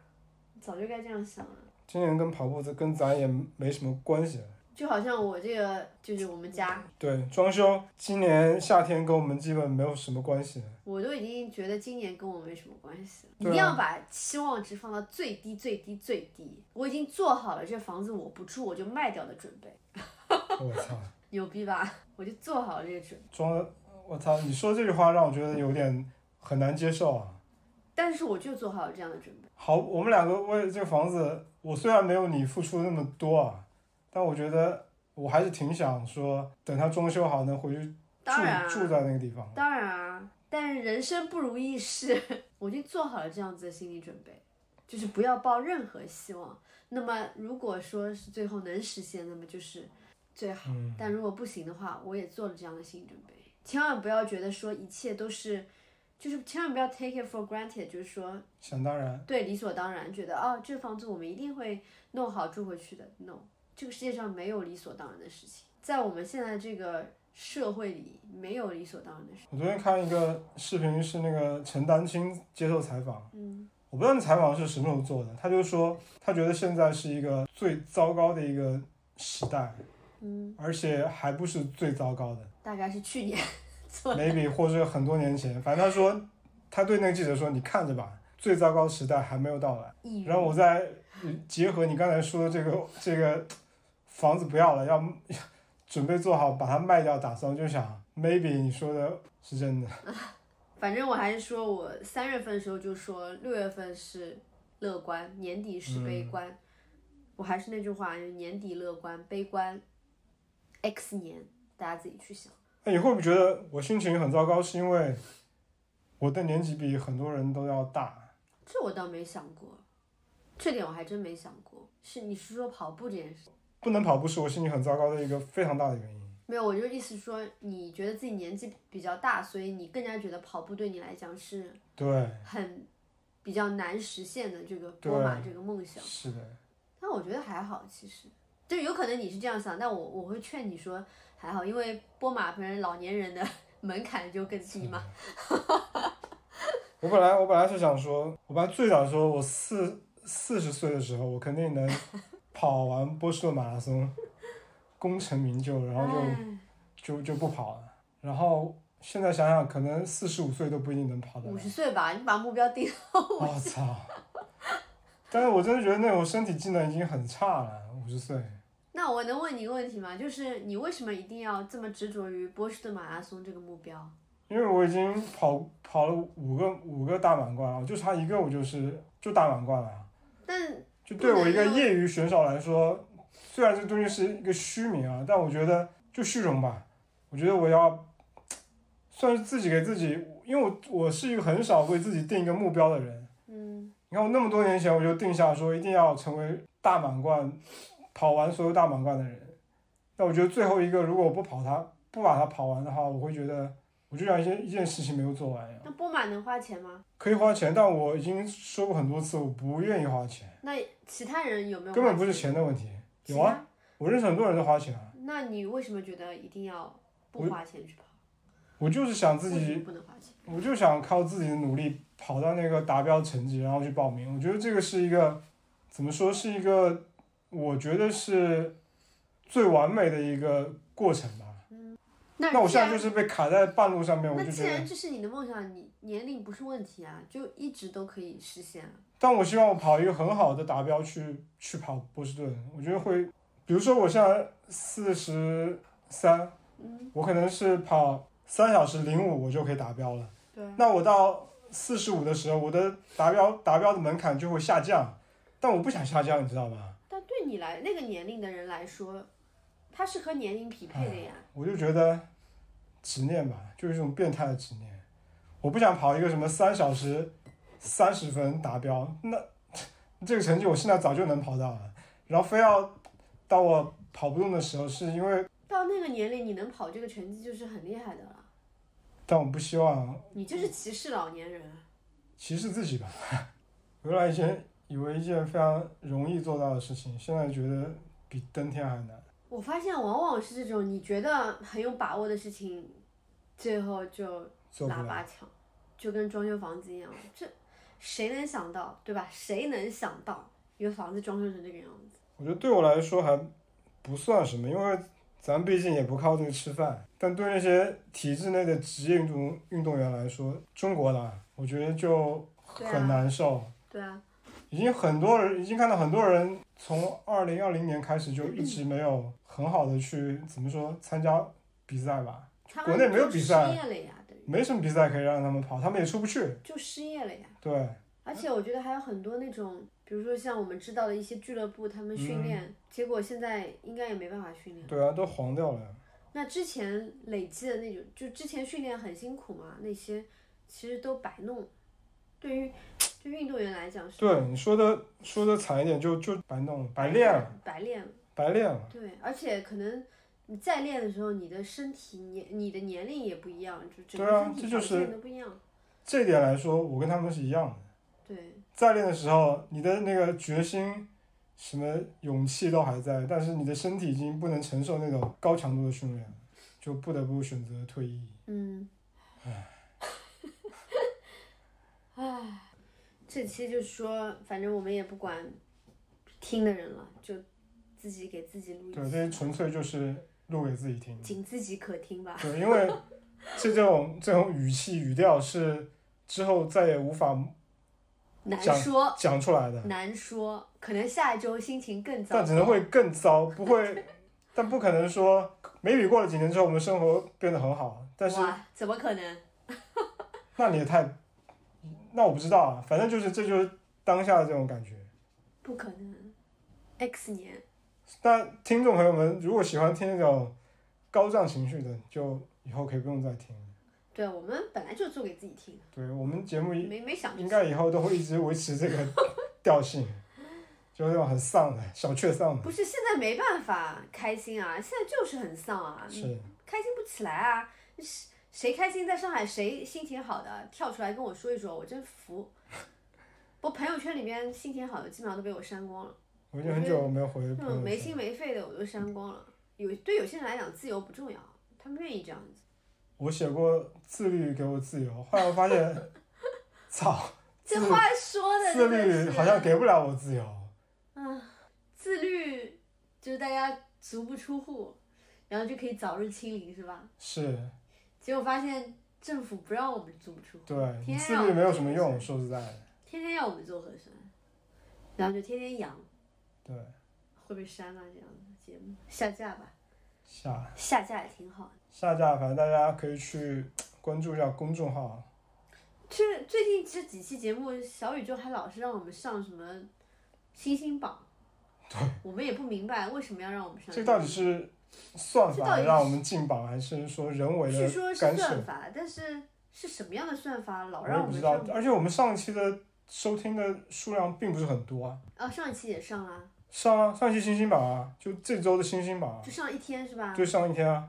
A: 你早就该这样想了。
B: 今年跟跑步这跟咱也没什么关系了。
A: 就好像我这个就是我们家，
B: 对，装修今年夏天跟我们基本没有什么关系。
A: 我都已经觉得今年跟我没什么关系了。一
B: 对啊
A: 定要把期望值放到最低最低最低。我已经做好了这房子我不住我就卖掉的准备，
B: 我 操，
A: 牛逼吧？我就做好了这个准备。
B: 装的，我操！你说这句话让我觉得有点很难接受啊。
A: 但是我就做好了这样的准备，
B: 好，我们两个为这个房子，我虽然没有你付出那么多啊，但我觉得我还是挺想说，等它装修好能回去住
A: 当然啊
B: 住在那个地方。
A: 当然啊，但是人生不如意事， 我已经做好了这样子的心理准备，就是不要抱任何希望。那么如果说是最后能实现，那么就是最好；
B: 嗯，
A: 但如果不行的话，我也做了这样的心理准备。千万不要觉得说一切都是，就是千万不要 take it for granted，就是说
B: 想当然，
A: 对理所当然，觉得哦这房子我们一定会弄好住回去的。No，这个世界上没有理所当然的事情，在我们现在这个社会里，没有理所当然的事。
B: 我昨天看一个视频，是那个陈丹青接受采访，
A: 嗯。
B: 我不知道那采访是什么时候做的，他就说他觉得现在是一个最糟糕的一个时代，
A: 嗯，
B: 而且还不是最糟糕的。
A: 大概是去年做的。
B: maybe 或者很多年前，反正他说，他对那个记者说：“你看着吧，最糟糕时代还没有到来。”
A: 抑郁
B: 然后我再结合你刚才说的这个这个房子不要了，要 准备做好把它卖掉，打算我就想 maybe 你说的是真的，
A: 反正我还是说我三月份的时候就说，六月份是乐观，年底是悲观。我还是那句话，年底乐观，悲观，X 年，大家自己去想。
B: 那你会不会觉得我心情很糟糕，是因为我的年纪比很多人都要大？
A: 这我倒没想过，这点我还真没想过。是你是说跑步这件事？
B: 不能跑步是我心情很糟糕的一个非常大的原因。
A: 没有，我就意思说，你觉得自己年纪比较大，所以你更加觉得跑步对你来讲是
B: 对，
A: 很比较难实现的这个波马这个梦想。
B: 是的，
A: 但我觉得还好，其实就有可能你是这样想，但我我会劝你说还好，因 为波马本人老年人的门槛就更低嘛。
B: 我本来我本来是想说，我本来最想说我四四十岁的时候，我肯定 能跑完波士顿马拉松，功成名就， 然后
A: 哎
B: 就就就不跑了。然后现在想想，可能四十五岁都不一定能 跑得
A: 五
B: 来。
A: 十岁吧，你把目标定到五
B: 哦我操！但是我真的觉得那种身体机能已经很差了，五十岁。
A: 那我能问你一个问题吗？就是你为什么一定要这么执着于波士顿马拉松这个目标？
B: 因为我已经跑跑了五个五个大满贯了，我就差一个，我就是就大满贯了。啊
A: 但
B: 就对我一个业余选手来说，虽然这东西是一个虚名啊，但我觉得就虚荣吧。我觉得我要算是自己给自己，因为我我是一个很少为自己定一个目标的人。
A: 嗯，
B: 你看，我那么多年前我就定下说一定要成为大满贯，跑完所有大满贯的人。那我觉得最后一个，如果我不跑它，不把它跑完的话，我会觉得我就像一件一件事情没有做完一样。
A: 那波马能花钱吗？
B: 可以花钱，但我已经说过很多次，我不愿意花钱，
A: 那其他人有没有？
B: 根本不是。钱的问题。有啊，我认识很多人都花钱啊，
A: 那你为什么觉得一定要不花钱去跑？
B: 我就是想自
A: 为什
B: 己，
A: 么不能花钱？
B: 我就想靠自己的努力跑到那个达标成绩，然后去报名。我觉得这个是一个，怎么说是一个，我觉得是最完美的一个过程吧。
A: 那
B: 那我
A: 既
B: 现在
A: 然
B: 就是被卡在半路上面，我
A: 那
B: 就
A: 既
B: 觉得
A: 然，这是你的梦想，你年龄不是问题啊，就一直都可以实现啊。
B: 但我希望我跑一个很好的达标去去跑波士顿，我觉得会，比如说我现在四十三，
A: 嗯，
B: 我可能是跑三小时零五，我就可以达标了。
A: 对啊。
B: 那我到四十五的时候，我的达标达标的门槛就会下降，但我不想下降，你知道吗？
A: 但对你来那个年龄的人来说，他是和年龄匹配的呀。
B: 我就觉得执念吧，就是一种变态的执念。我不想跑一个什么三小时三十分达标，那 这个成绩我现在早就能跑到了，然后非要到我跑不动的时候，是因为
A: 到那个年龄，你能跑这个成绩就是很厉害的了。
B: 但我不希望
A: 你就是歧视老年人啊。
B: 歧视自己吧。 原来以前以为一件非常容易做到的事情，现在觉得比登天还难。
A: 我发现往往是这种你觉得很有把握的事情，最后就
B: 做不
A: 拿
B: 了，
A: 八强，就跟装修房子一样，这谁能想到，对吧？谁能想到一个房子装修成这个样子？
B: 我觉得对我来说还不算什么，因为咱毕竟也不靠这个吃饭。但对那些体制内的职业运动运动员来说，中国的啊我觉得就
A: 对啊
B: 很难受。
A: 对啊，
B: 已经很多人已经看到很多人从二零二零年开始就一直没有很好的去怎么说参加比赛吧，
A: 他
B: 国
A: 们
B: 内没有
A: 就
B: 比赛啊
A: 失业了呀，等于
B: 没什么比赛可以让他们跑，他们也出不去。
A: 就失业了呀。
B: 对，
A: 而且我觉得还有很多那种，比如说像我们知道的一些俱乐部，他们训
B: 嗯
A: 练，结果现在应该也没办法训练。
B: 对啊，都黄掉了呀。
A: 那之前累积的那种，就之前训练很辛苦嘛，那些其实都白弄。对于对运动员来讲是
B: 对，你说的说的惨一点，就就白弄了，白练了，，
A: 白练了。
B: 白练了。
A: 对，而且可能你再练的时候，你的身体年你的年龄也不一样，就整
B: 对
A: 个
B: 啊
A: 身体
B: 这就
A: 条件
B: 是
A: 都不一样。
B: 这点来说，我跟他们是一样的。
A: 对，
B: 在练的时候，你的那个决心、什么勇气都还在，但是你的身体已经不能承受那种高强度的训练，就不得不选择退役。
A: 嗯，唉，这期就说，反正我们也不管听的人了，就自己给自己录
B: 对，
A: 一
B: 这
A: 期，
B: 些纯粹就是录给自己听。
A: 仅自己可听吧。
B: 对，因为这种这种语气语调是之后再也无法
A: 难
B: 讲
A: 说，
B: 讲出来的。
A: 难说，可能下一周心情更糟
B: 但
A: 糕。
B: 只能会更糟，不会，但不可能说没比过了几年之后我们生活变得很好，但是
A: 哇，怎么可能？
B: 那你也太，那我不知道啊，反正就是这就是当下的这种感觉。
A: 不可能，X 年。
B: 那听众朋友们，如果喜欢听那种高涨情绪的，就以后可以不用再听了。
A: 对我们本来就做给自己听，
B: 对我们节目一
A: 没没想
B: 应该以后都会一直维持这个调性，就是那种很丧的小确丧的，
A: 不是现在没办法开心啊，现在就是很丧啊，
B: 是
A: 开心不起来啊！谁谁开心在上海，谁心情好的跳出来跟我说一说，我真服。我朋友圈里面心情好的基本上都被我删光了，
B: 我已经很久没有回
A: 那
B: 朋
A: 种
B: 友
A: 嗯没
B: 圈。
A: 心没肺的我都删光了。有对有些人来讲，自由不重要，他们愿意这样子。
B: 我写过自律给我自由，后来我发现。操，
A: 这话说的
B: 自
A: 真的
B: 律
A: 是
B: 好像给不了我自由。
A: 啊，自律就是大家足不出户，然后就可以早日清零，是吧？
B: 是，
A: 结果发现政府不让我们足不出户，
B: 对，你
A: 天
B: 自
A: 啊
B: 律没有什么用，说实在的，
A: 天天要我们做核酸，然后就天天阳，
B: 对，
A: 会被删啊这样的节目下架吧，
B: 下
A: 下架也挺好的。
B: 下架，反正大家可以去关注一下公众号，
A: 就是最近这几期节目，小宇宙还老是让我们上什么星星榜，我们也不明白为什么要让我们上
B: 这到底是算
A: 这到
B: 法
A: 底
B: 让我们进榜，还是说人为
A: 据
B: 的
A: 说是
B: 干涉？
A: 算法，但是是什么样的算法老
B: 我
A: 让
B: 也
A: 我
B: 不
A: 们
B: 知道
A: 上？，
B: 而且我们上一期的收听的数量并不是很多啊，
A: 哦，上一期也上了，
B: 上啊，上一期星星榜啊，就这周的星星榜
A: 就上一天是
B: 啊，
A: 吧
B: 就上一天啊，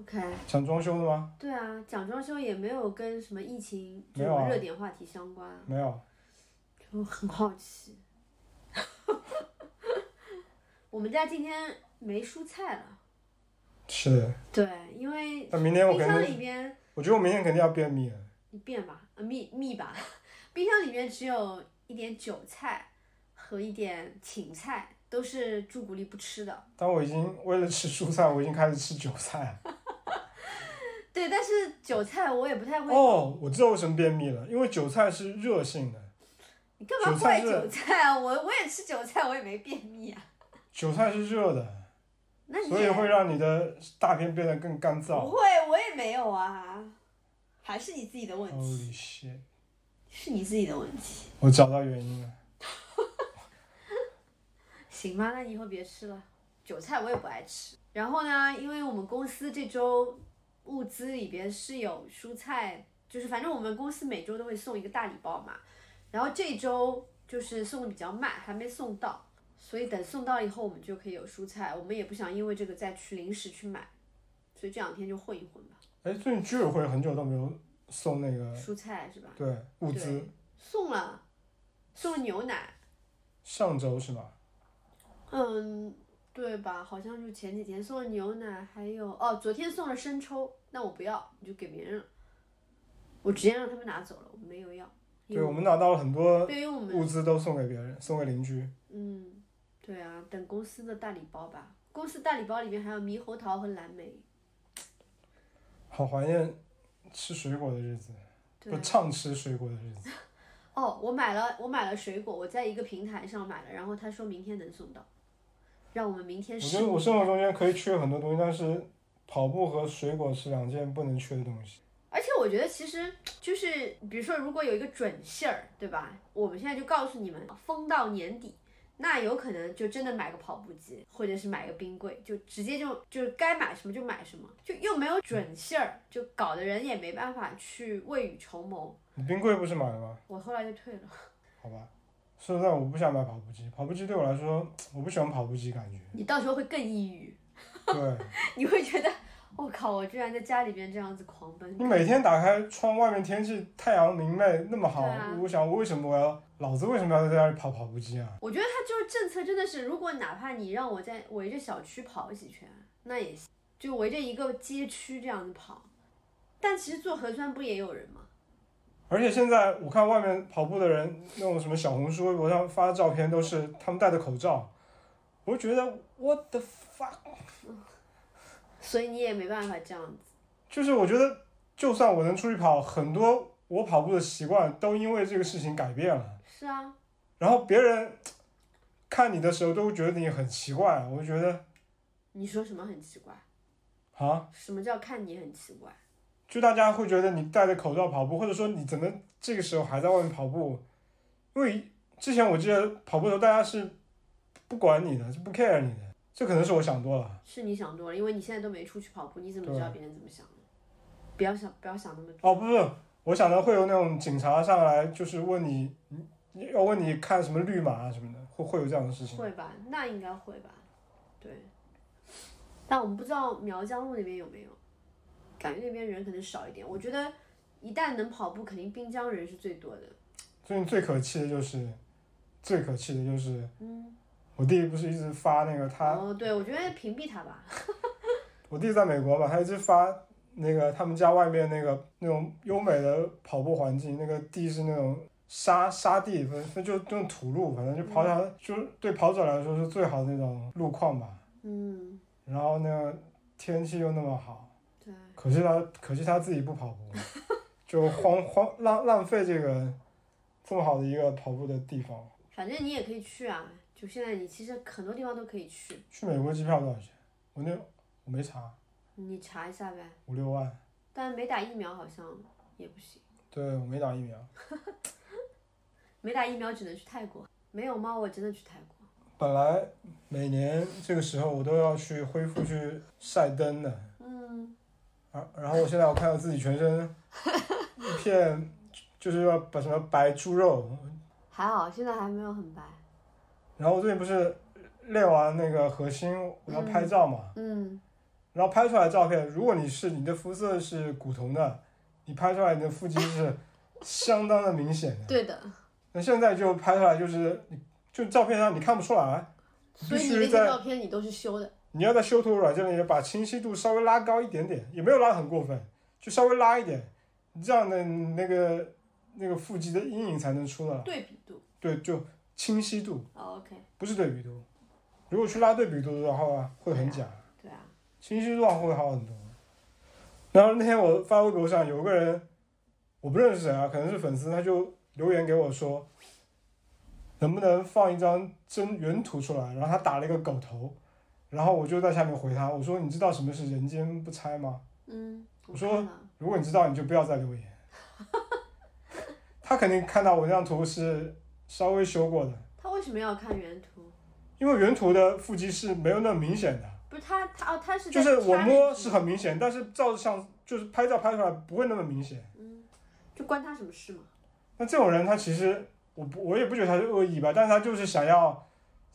A: ？OK，
B: 抢装修的吗？
A: 对啊，蒋装修也没有跟什么疫情这
B: 没有
A: 种
B: 啊
A: 热点话题相关，
B: 没有，
A: 就很好奇。 我们家今天没蔬菜了，
B: 是，
A: 对，因为
B: 那明天我
A: 冰
B: 肯
A: 箱
B: 定，
A: 里边
B: 我觉得我明天肯定要便秘了，
A: 一遍吧，呃，蜜蜜吧， 冰箱里面只有一点韭菜和一点芹菜，都是朱古力不吃的。
B: 但我已经为了吃蔬菜，我已经开始吃韭菜了。
A: 对，但是韭菜我也不太会，
B: 哦，我知道为什么便秘了，因为韭菜是热性的，
A: 你干嘛
B: 韭
A: 怪
B: 菜是
A: 韭菜啊？ 我我也吃韭菜，我也没便秘啊。
B: 韭菜是热的，
A: 那你
B: 所以
A: 也
B: 会让你的大便变得更干
A: 不
B: 燥。
A: 会，我也没有啊，还是你自己的问题，
B: Holy shit！
A: 是你自己的问题。
B: 我找到原因了，
A: 行吧，那以后别吃了。韭菜我也不爱吃。然后呢，因为我们公司这周物资里边是有蔬菜，就是反正我们公司每周都会送一个大礼包嘛。然后这周就是送的比较慢，还没送到，所以等送到以后我们就可以有蔬菜。我们也不想因为这个再去临时去买，所以这两天就混一混吧，
B: 哎，最近居委会很久都没有送那个
A: 蔬菜是吧？
B: 对物资
A: 对，送了，送了牛奶，
B: 上周是吗？
A: 嗯，对吧？好像就前几天送了牛奶，还有哦，昨天送了生抽，那我不要，你就给别人了。我直接让他们拿走了，我没有要。因
B: 对，
A: 为
B: 我们拿到了很多
A: 对于嗯我们，
B: 物资都送给别人，送给邻居。
A: 嗯，对啊，等公司的大礼包吧。公司大礼包里面还有猕猴桃和蓝莓，
B: 好怀念吃水果的日子，
A: 对
B: 不畅吃水果的日子。
A: 哦，我买了，我买了水果，我在一个平台上买了，然后他说明天能送到，让我们明天
B: 我
A: 试
B: 觉得我生活中间可以缺很多东西，但是跑步和水果是两件不能缺的东西。
A: 而且我觉得其实就是，比如说，如果有一个准信儿，对吧？我们现在就告诉你们，封到年底，那有可能就真的买个跑步机，或者是买个冰柜，就直接就就是该买什么就买什么，就又没有准信儿，就搞得人也没办法去未雨绸缪。
B: 你冰柜不是买了吗？
A: 我后来就退了。
B: 好吧，说实在，我不想买跑步机，跑步机对我来说，我不喜欢跑步机感觉。
A: 你到时候会更抑郁，
B: 对
A: 你会觉得我靠，我居然在家里边这样子狂奔。
B: 你每天打开窗，外面天气太阳明媚，那么好，
A: 对啊
B: 我想我为什么我要老子为什么要在家里跑跑步机啊？
A: 我觉得他就是政策真的是，如果哪怕你让我在围着小区跑几圈，那也行，就围着一个街区这样子跑。但其实做核酸不也有人吗？
B: 而且现在我看外面跑步的人，那种什么小红书、微博上发的照片，都是他们戴着口罩，我就觉得 what the fuck，
A: 所以你也没办法这样子。
B: 就是我觉得就算我能出去跑，很多我跑步的习惯都因为这个事情改变了。
A: 是啊，
B: 然后别人看你的时候都会觉得你很奇怪，我就觉得
A: 你说什么很奇怪？
B: 啊，
A: 什么叫看你很奇怪？
B: 就大家会觉得你戴着口罩跑步，或者说你怎么这个时候还在外面跑步？因为之前我记得跑步的时候大家是不管你的，是不 care 你的，这可能是我想多了。
A: 是你想多了，因为你现在都没出去跑步，你怎么
B: 对
A: 知道别人怎么想的？不要想，不要想那么多。
B: 哦，不是，我想到会有那种警察上来就是问你，你要问你看什么绿码啊什么的，会会有这样的事情。
A: 会吧？那应该会吧？对。但我们不知道苗江路那边有没有，感觉那边人可能少一点。我觉得一旦能跑步，肯定滨江人是最多的。
B: 最近最可气的就是，最可气的就是
A: 嗯，
B: 我弟不是一直发那个他
A: 哦，对，我觉得屏蔽他吧。
B: 我弟在美国嘛，他一直发那个他们家外面那个那种优美的跑步环境，那个地是那种沙沙地，反正就那种土路，反正就跑起来，就是对跑者来说是最好的那种路况吧。
A: 嗯，
B: 然后呢，天气又那么好，
A: 对，
B: 可惜他可惜他自己不跑步，就荒荒浪浪费这个这么好的一个跑步的地方。
A: 反正你也可以去啊。就现在，你其实很多地方都可以去，
B: 去美国机票多少钱？我那我没查，
A: 你查一下呗。
B: 五六万。
A: 但没打疫苗好像也不行，
B: 对，我没打疫苗。
A: 没打疫苗只能去泰国。没有吗？我真的去泰国。
B: 本来每年这个时候我都要去恢复去晒灯的，
A: 嗯，
B: 然然后我现在我看到自己全身一片，就是要把什么白猪肉。
A: 还好现在还没有很白。
B: 然后我最近不是练完那个核心，我要拍照嘛，
A: 嗯，
B: 然后拍出来的照片，如果你是你的肤色是古铜的，你拍出来你的腹肌是相当的明显的。
A: 对的。
B: 那现在就拍出来就是，就照片上你看不出来，
A: 所以
B: 必
A: 你
B: 须
A: 那些
B: 在
A: 照片你都是修的。
B: 你要在修图软件里把清晰度稍微拉高一点点，也没有拉得很过分，就稍微拉一点，你这样的你那个那个腹肌的阴影才能出来。
A: 对比度。
B: 对，就清晰度，
A: 哦、OK，
B: 不是对比度。如果去拉对比度的话，会很假，
A: 对啊，
B: 清晰度上会好很多。然后那天我发微博上有个人，我不认识谁啊，可能是粉丝，他就留言给我说，能不能放一张真原图出来？然后他打了一个狗头，然后我就在下面回他，我说你知道什么是人间不拆吗？
A: 嗯，
B: 我说
A: 看了
B: 如果你知道，你就不要再留言。他肯定看到我那张图是稍微修过的，
A: 他为什么要看原图？
B: 因为原图的腹肌是没有那么明显的，
A: 不是他他哦他是在
B: 啊就是我
A: 插
B: 摸
A: 进去
B: 是很明显，但是照相就是拍照拍出来不会那么明显。
A: 嗯，就关他什么事嘛？
B: 那这种人他其实我不我也不觉得他是恶意吧，但是他就是想要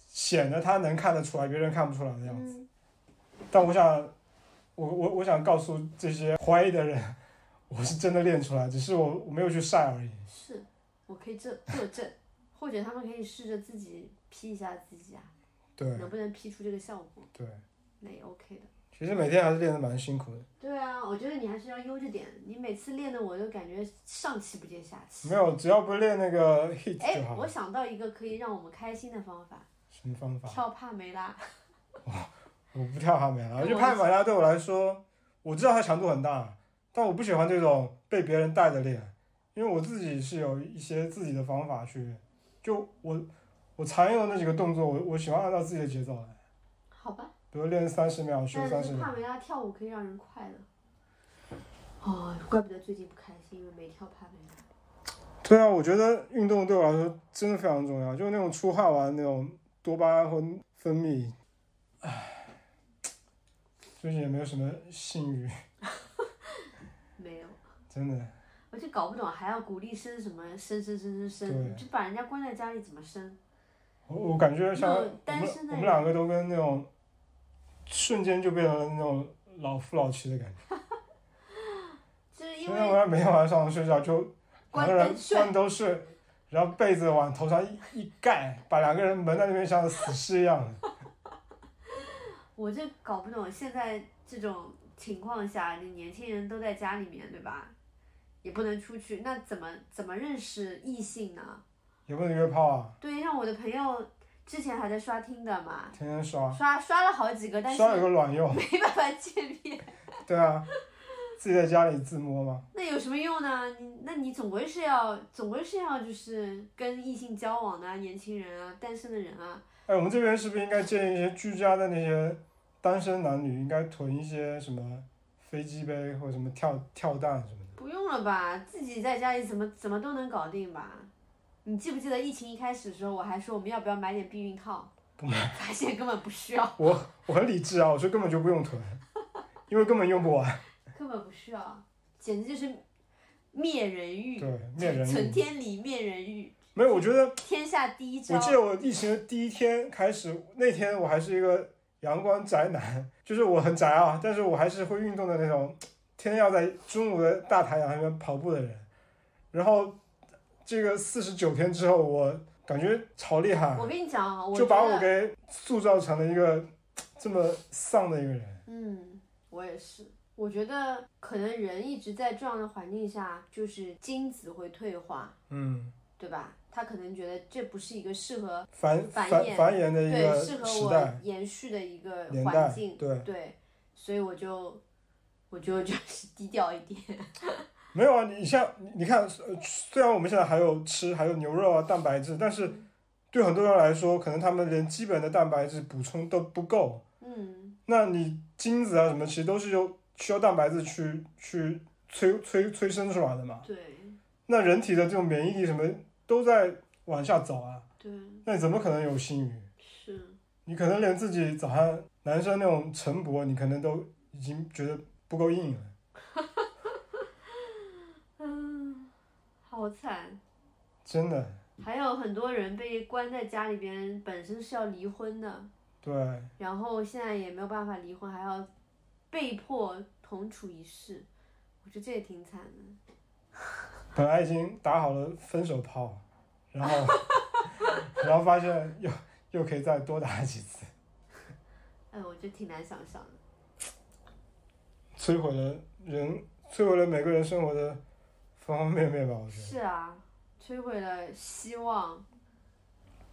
B: 显得他能看得出来，别人看不出来的样子。
A: 嗯，
B: 但我想，我我我想告诉这些怀疑的人， 我是真的练出来，只是我我没有去晒而已。
A: 是，我可以这作证，或者他们可以试着自己 P 一下自己啊，
B: 对
A: 能不能 P 出这个效果，
B: 对。
A: 那也 OK 的。
B: 其实每天还是练得蛮辛苦的，
A: 对啊，我觉得你还是要悠着点，你每次练的我都感觉上气不接下气。
B: 没有，只要不练那个 hit 就
A: 哎，
B: 好。
A: 我想到一个可以让我们开心的方法，
B: 什么方法？
A: 跳帕梅拉。
B: 我不跳哈梅拉，
A: 哎我
B: 就帕梅拉对我来说，我知道它强度很大，但我不喜欢这种被别人带着练，因为我自己是有一些自己的方法去，就我我常用的那几个动作，我我喜欢按照自己的节奏来，
A: 好吧，
B: 比如练三十秒，休
A: 但
B: 三十
A: 是
B: 秒
A: 帕。梅拉跳舞可以让人快乐。哦，怪不得最近不开心，因为没跳帕梅拉。
B: 对啊，我觉得运动对我来说真的非常重要，就是那种出汗完那种多巴胺和分泌，唉，最近也没有什么性欲，
A: 没有。
B: 真的。
A: 我就搞不懂，还要鼓励生什么生生生生
B: 对
A: 生，就把人家关在家里怎么生？
B: 我我感觉像
A: 那
B: 我
A: 种
B: 们
A: 单身
B: 我
A: 的
B: 们
A: 人
B: 两个都跟那种瞬间就变成了那种老夫老妻的感觉。
A: 就是因
B: 所以我
A: 为
B: 要每天晚上上床睡觉就两
A: 关
B: 个人
A: 灯睡，
B: 关都睡，然后被子往头上一一盖，把两个人蒙在那边像死尸一样的。
A: 我就搞不懂现在这种情况下，你年轻人都在家里面，对吧？也不能出去，那怎么怎么认识异性呢？
B: 也不能约炮啊，
A: 对，像我的朋友之前还在刷听的嘛，
B: 天天刷，
A: 刷刷了好几个，但是
B: 啊刷有个卵用。
A: 没办法见面，
B: 对啊，自己在家里自摸嘛。
A: 那有什么用呢？你那你总归是要总归是要就是跟异性交往的啊，年轻人啊，单身的人啊。
B: 哎，我们这边是不是应该建议一些居家的那些单身男女应该囤一些什么飞机杯或者什么跳跳蛋什么的？
A: 不用了吧，自己在家里怎么怎么都能搞定吧？你记不记得疫情一开始的时候，我还说我们要不要买点避孕 套？
B: 不
A: 买，发现根本不需要，
B: 我我很理智啊，我说根本就不用囤， 因为根本用不完。
A: 根本不需要，简直就是灭人欲，
B: 对，灭 人
A: 存
B: 欲。
A: 天理灭人欲，
B: 没有，我觉得
A: 天下第一招
B: 我。记得我疫情的第一天开始，那天我还是一个阳光宅男， 就是我很宅啊，但是我还是会运动的那种，天天要在中午的大太阳下面跑步的人。然后这个四十九天之后，我感觉好厉害，
A: 我跟你讲啊，我
B: 就把
A: 觉得
B: 我给塑造成了一个这么丧的一个人。
A: 嗯，我也是，我觉得可能人一直在这样的环境下，就是精子会退化，
B: 嗯，
A: 对吧？他可能觉得这不是一个适合
B: 繁
A: 繁
B: 繁
A: 衍
B: 繁衍呃的一
A: 对
B: 个
A: 适合
B: 时
A: 我
B: 代
A: 延续的一个
B: 年代
A: 环境，，
B: 对，
A: 对，所以我就我就就是低调一点，
B: 没有啊，你像你你看，呃虽然我们现在还有吃还有牛肉啊蛋白质，但是对很多人来说，可能他们连基本的蛋白质补充都不够。
A: 嗯，
B: 那你精子啊什么，其实都是由需要蛋白质去去催催催生出来的嘛。
A: 对
B: 那人体的这种免疫力什么都在往下走啊，
A: 对
B: 那你怎么可能有性欲？
A: 是，
B: 你可能连自己早上男生那种晨勃，你可能都已经觉得不够硬了。
A: 嗯，好惨。
B: 真的，
A: 还有很多人被关在家里边，本身是要离婚的，
B: 对，
A: 然后现在也没有办法离婚，还要被迫同处一室，我觉得这也挺惨的。
B: 本来已经打好了分手炮，然后 然后发现又又可以再多打几次，
A: 哎，我觉得挺难想象的。
B: 摧毁了人，摧毁了每个人生活的方方面面吧，我觉得。
A: 是啊，摧毁了希望，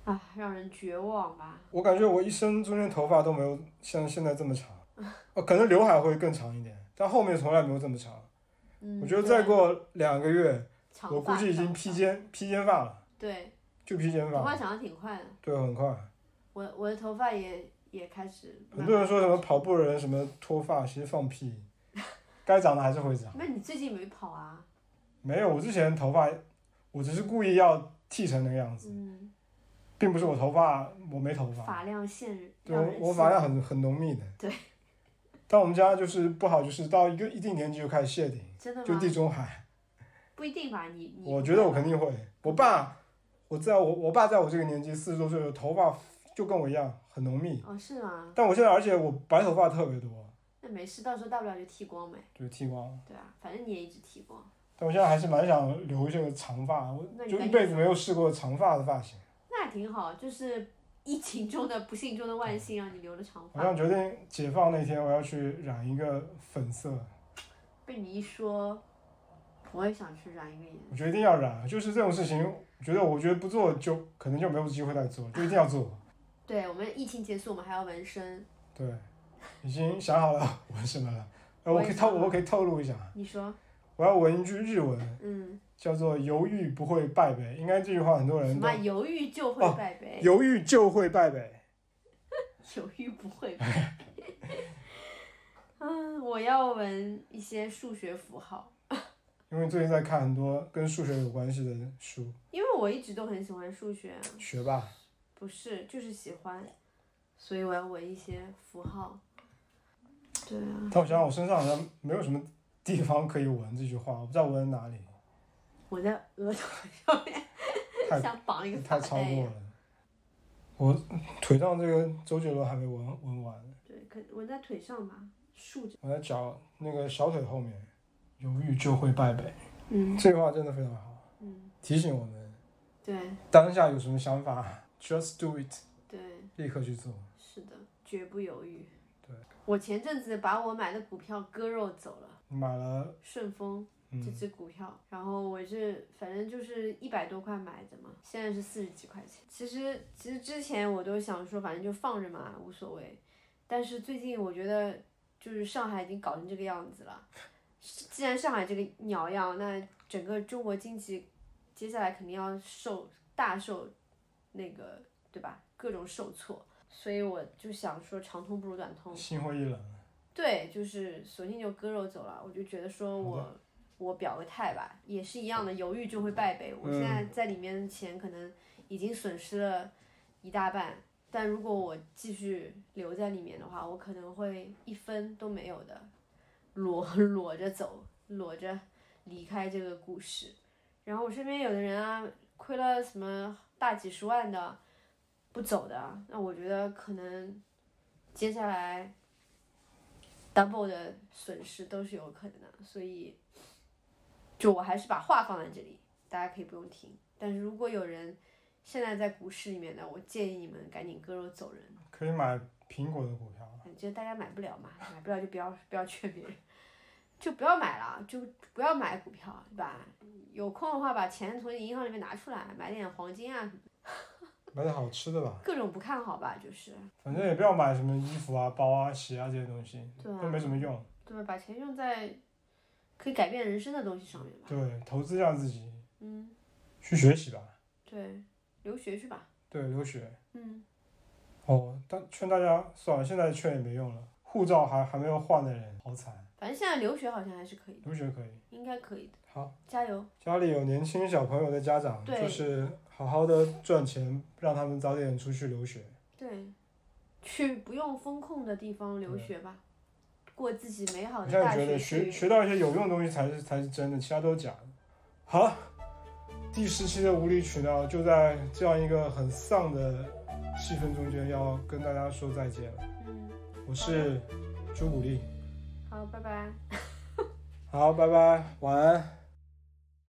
A: 啊，让人绝望吧。
B: 我感觉我一生中间头发都没有像现在这 么长，哦，可能刘海会更长一点，但后面从来没有这么长。
A: 嗯，
B: 我觉得
A: 对
B: 再过两个月，
A: 长
B: 我估
A: 发
B: 计已经
A: 长
B: 披
A: 发
B: 肩披肩发了，
A: 对，
B: 就披肩
A: 头
B: 发
A: 发
B: 了，
A: 长得挺快的，
B: 对，很快。
A: 我我的头发也也开始
B: 很
A: 慢
B: 多人
A: 慢。
B: 说什么跑步的人什么脱发，其实放屁，该长的还是会长。
A: 那你最近没跑啊？
B: 没有，我之前头发，我只是故意要剃成那个样子，
A: 嗯，
B: 并不是我头发我没头发，
A: 发量限制，
B: 对
A: 让人
B: 我我
A: 羡
B: 发量
A: 慕
B: 很很浓密的。
A: 对。
B: 但我们家就是不好，就是到一个一定年纪就开始谢顶，
A: 真的
B: 就
A: 吗？
B: 地中海。
A: 不一定吧，你你
B: 我
A: 不
B: 觉得
A: 会
B: 我
A: 吧
B: 肯定会。我爸，我在我我爸在我这个年纪四十多岁的时候，头发就跟我一样很浓密，
A: 哦是吗？
B: 但我现在而且我白头发特别多，
A: 那没事，到时候大不了就剃光呗，
B: 就是剃光了。
A: 对啊，反正你也一直剃光，
B: 但我现在还是蛮想留这个长发，我
A: 那你
B: 就
A: 赶
B: 一
A: 紧
B: 辈子没有试过长发的发型。
A: 那挺好，就是疫情中的不幸中的万幸，让你留了长
B: 我
A: 发。
B: 想决定解放那天，我要去染一个粉色，
A: 被你一说，我也想去染一个颜色。
B: 我决定要染。啊就是这种事情，我觉得我觉得不做就可能就没有机会再做，就一定要做。
A: 对我们疫情结束，我们还要纹身。
B: 对，已经想好了纹什么了。呃，
A: 我
B: 我
A: 也
B: 可以
A: 想
B: 透，
A: 好了
B: 我可以透露一下，
A: 你说，
B: 我要纹一句日文，
A: 嗯，
B: 叫做“犹豫不会败北”。应该这句话很多
A: 什
B: 人都
A: 么犹豫就会
B: 哦
A: 败北，
B: 犹豫就会败北。
A: 犹豫不会败北。 嗯，我要纹一些数学符号，
B: 因为最近在看很多跟数学有关系的书，
A: 因为我一直都很喜欢数学啊，
B: 学霸。
A: 不是就是喜欢，所以我要纹一些符号。对啊，
B: 但我想想，我身上好像没有什么地方可以纹这句话，我不知道纹哪里，
A: 我在额头上面
B: 太
A: 像绑了一个
B: 太
A: 发
B: 超
A: 带一样
B: 过了。我腿上这个周杰伦还没纹纹完，
A: 对，可纹在腿上吧，竖着。
B: 我在脚那个小腿后面，犹豫就会败北。
A: 嗯
B: 这句话真的非常好，
A: 嗯，
B: 提醒我们
A: 对
B: 当下有什么想法，just do it，
A: 对，
B: 立刻去做。
A: 是的，绝不犹豫。
B: 对，
A: 我前阵子把我买的股票割肉走了，
B: 你买了，
A: 顺丰这
B: 嗯，
A: 只股票，然后我是反正就是一百多块买的嘛，现在是四十几块钱。其实其实之前我都想说，反正就放着嘛，无所谓。但是最近我觉得，就是上海已经搞成这个样子了，是既然上海这个鸟样，那整个中国经济接下来肯定要受大受那个对吧，各种受挫。所以我就想说，长痛不如短痛。
B: 心灰意冷。
A: 对，就是索性就割肉走了。我就觉得说我我表个态吧，也是一样的，犹豫就会败北。我现在在里面的钱可能已经损失了一大半，但如果我继续留在里面的话，我可能会一分都没有的，裸 裸着走，裸着离开这个故事。然后我身边有的人啊，亏了什么大几十万的，不走的，啊那我觉得可能接下来 double 的损失都是有可能的，所以就我还是把话放在这里，大家可以不用听。但是如果有人现在在股市里面的，我建议你们赶紧割肉走人，
B: 可以买苹果的股票，
A: 觉得大家买不了嘛，买不了就不要不要劝别人。就不要买了，就不要买股票，对吧？有空的话，把钱从银行里面拿出来，买点黄金啊什么的，
B: 买点好吃的吧，
A: 各种不看好吧，就是
B: 反正也不要买什么衣服啊、包啊、鞋啊这些东西，
A: 对啊
B: 都没什么用。
A: 对吧？把钱用在可以改变人生的东西上面吧。
B: 对，投资让自己
A: 嗯，
B: 去学习吧。
A: 对，留学去吧。
B: 对，留学。
A: 嗯，
B: 哦，但劝大家算了，现在劝也没用了，护照还还没有换的人，好惨。
A: 反正现在留学好像还是可以的，
B: 留学可以，
A: 应该可以的，
B: 好，
A: 加油。
B: 家里有年轻小朋友的家长，
A: 对
B: 就是好好的赚钱，让他们早点出去留学。
A: 对，去不用风控的地方留学吧，过自己美好
B: 我
A: 的
B: 现
A: 哦大
B: 在觉
A: 学
B: 得学
A: 生
B: 学到一些有用的东西才是才是真的，其他都是假的。好了，第十期的无理取闹就在这样一个很丧的气氛中间要跟大家说再见了。
A: 嗯，
B: 我是朱古力，
A: 好，拜拜。
B: 好，拜拜，晚安。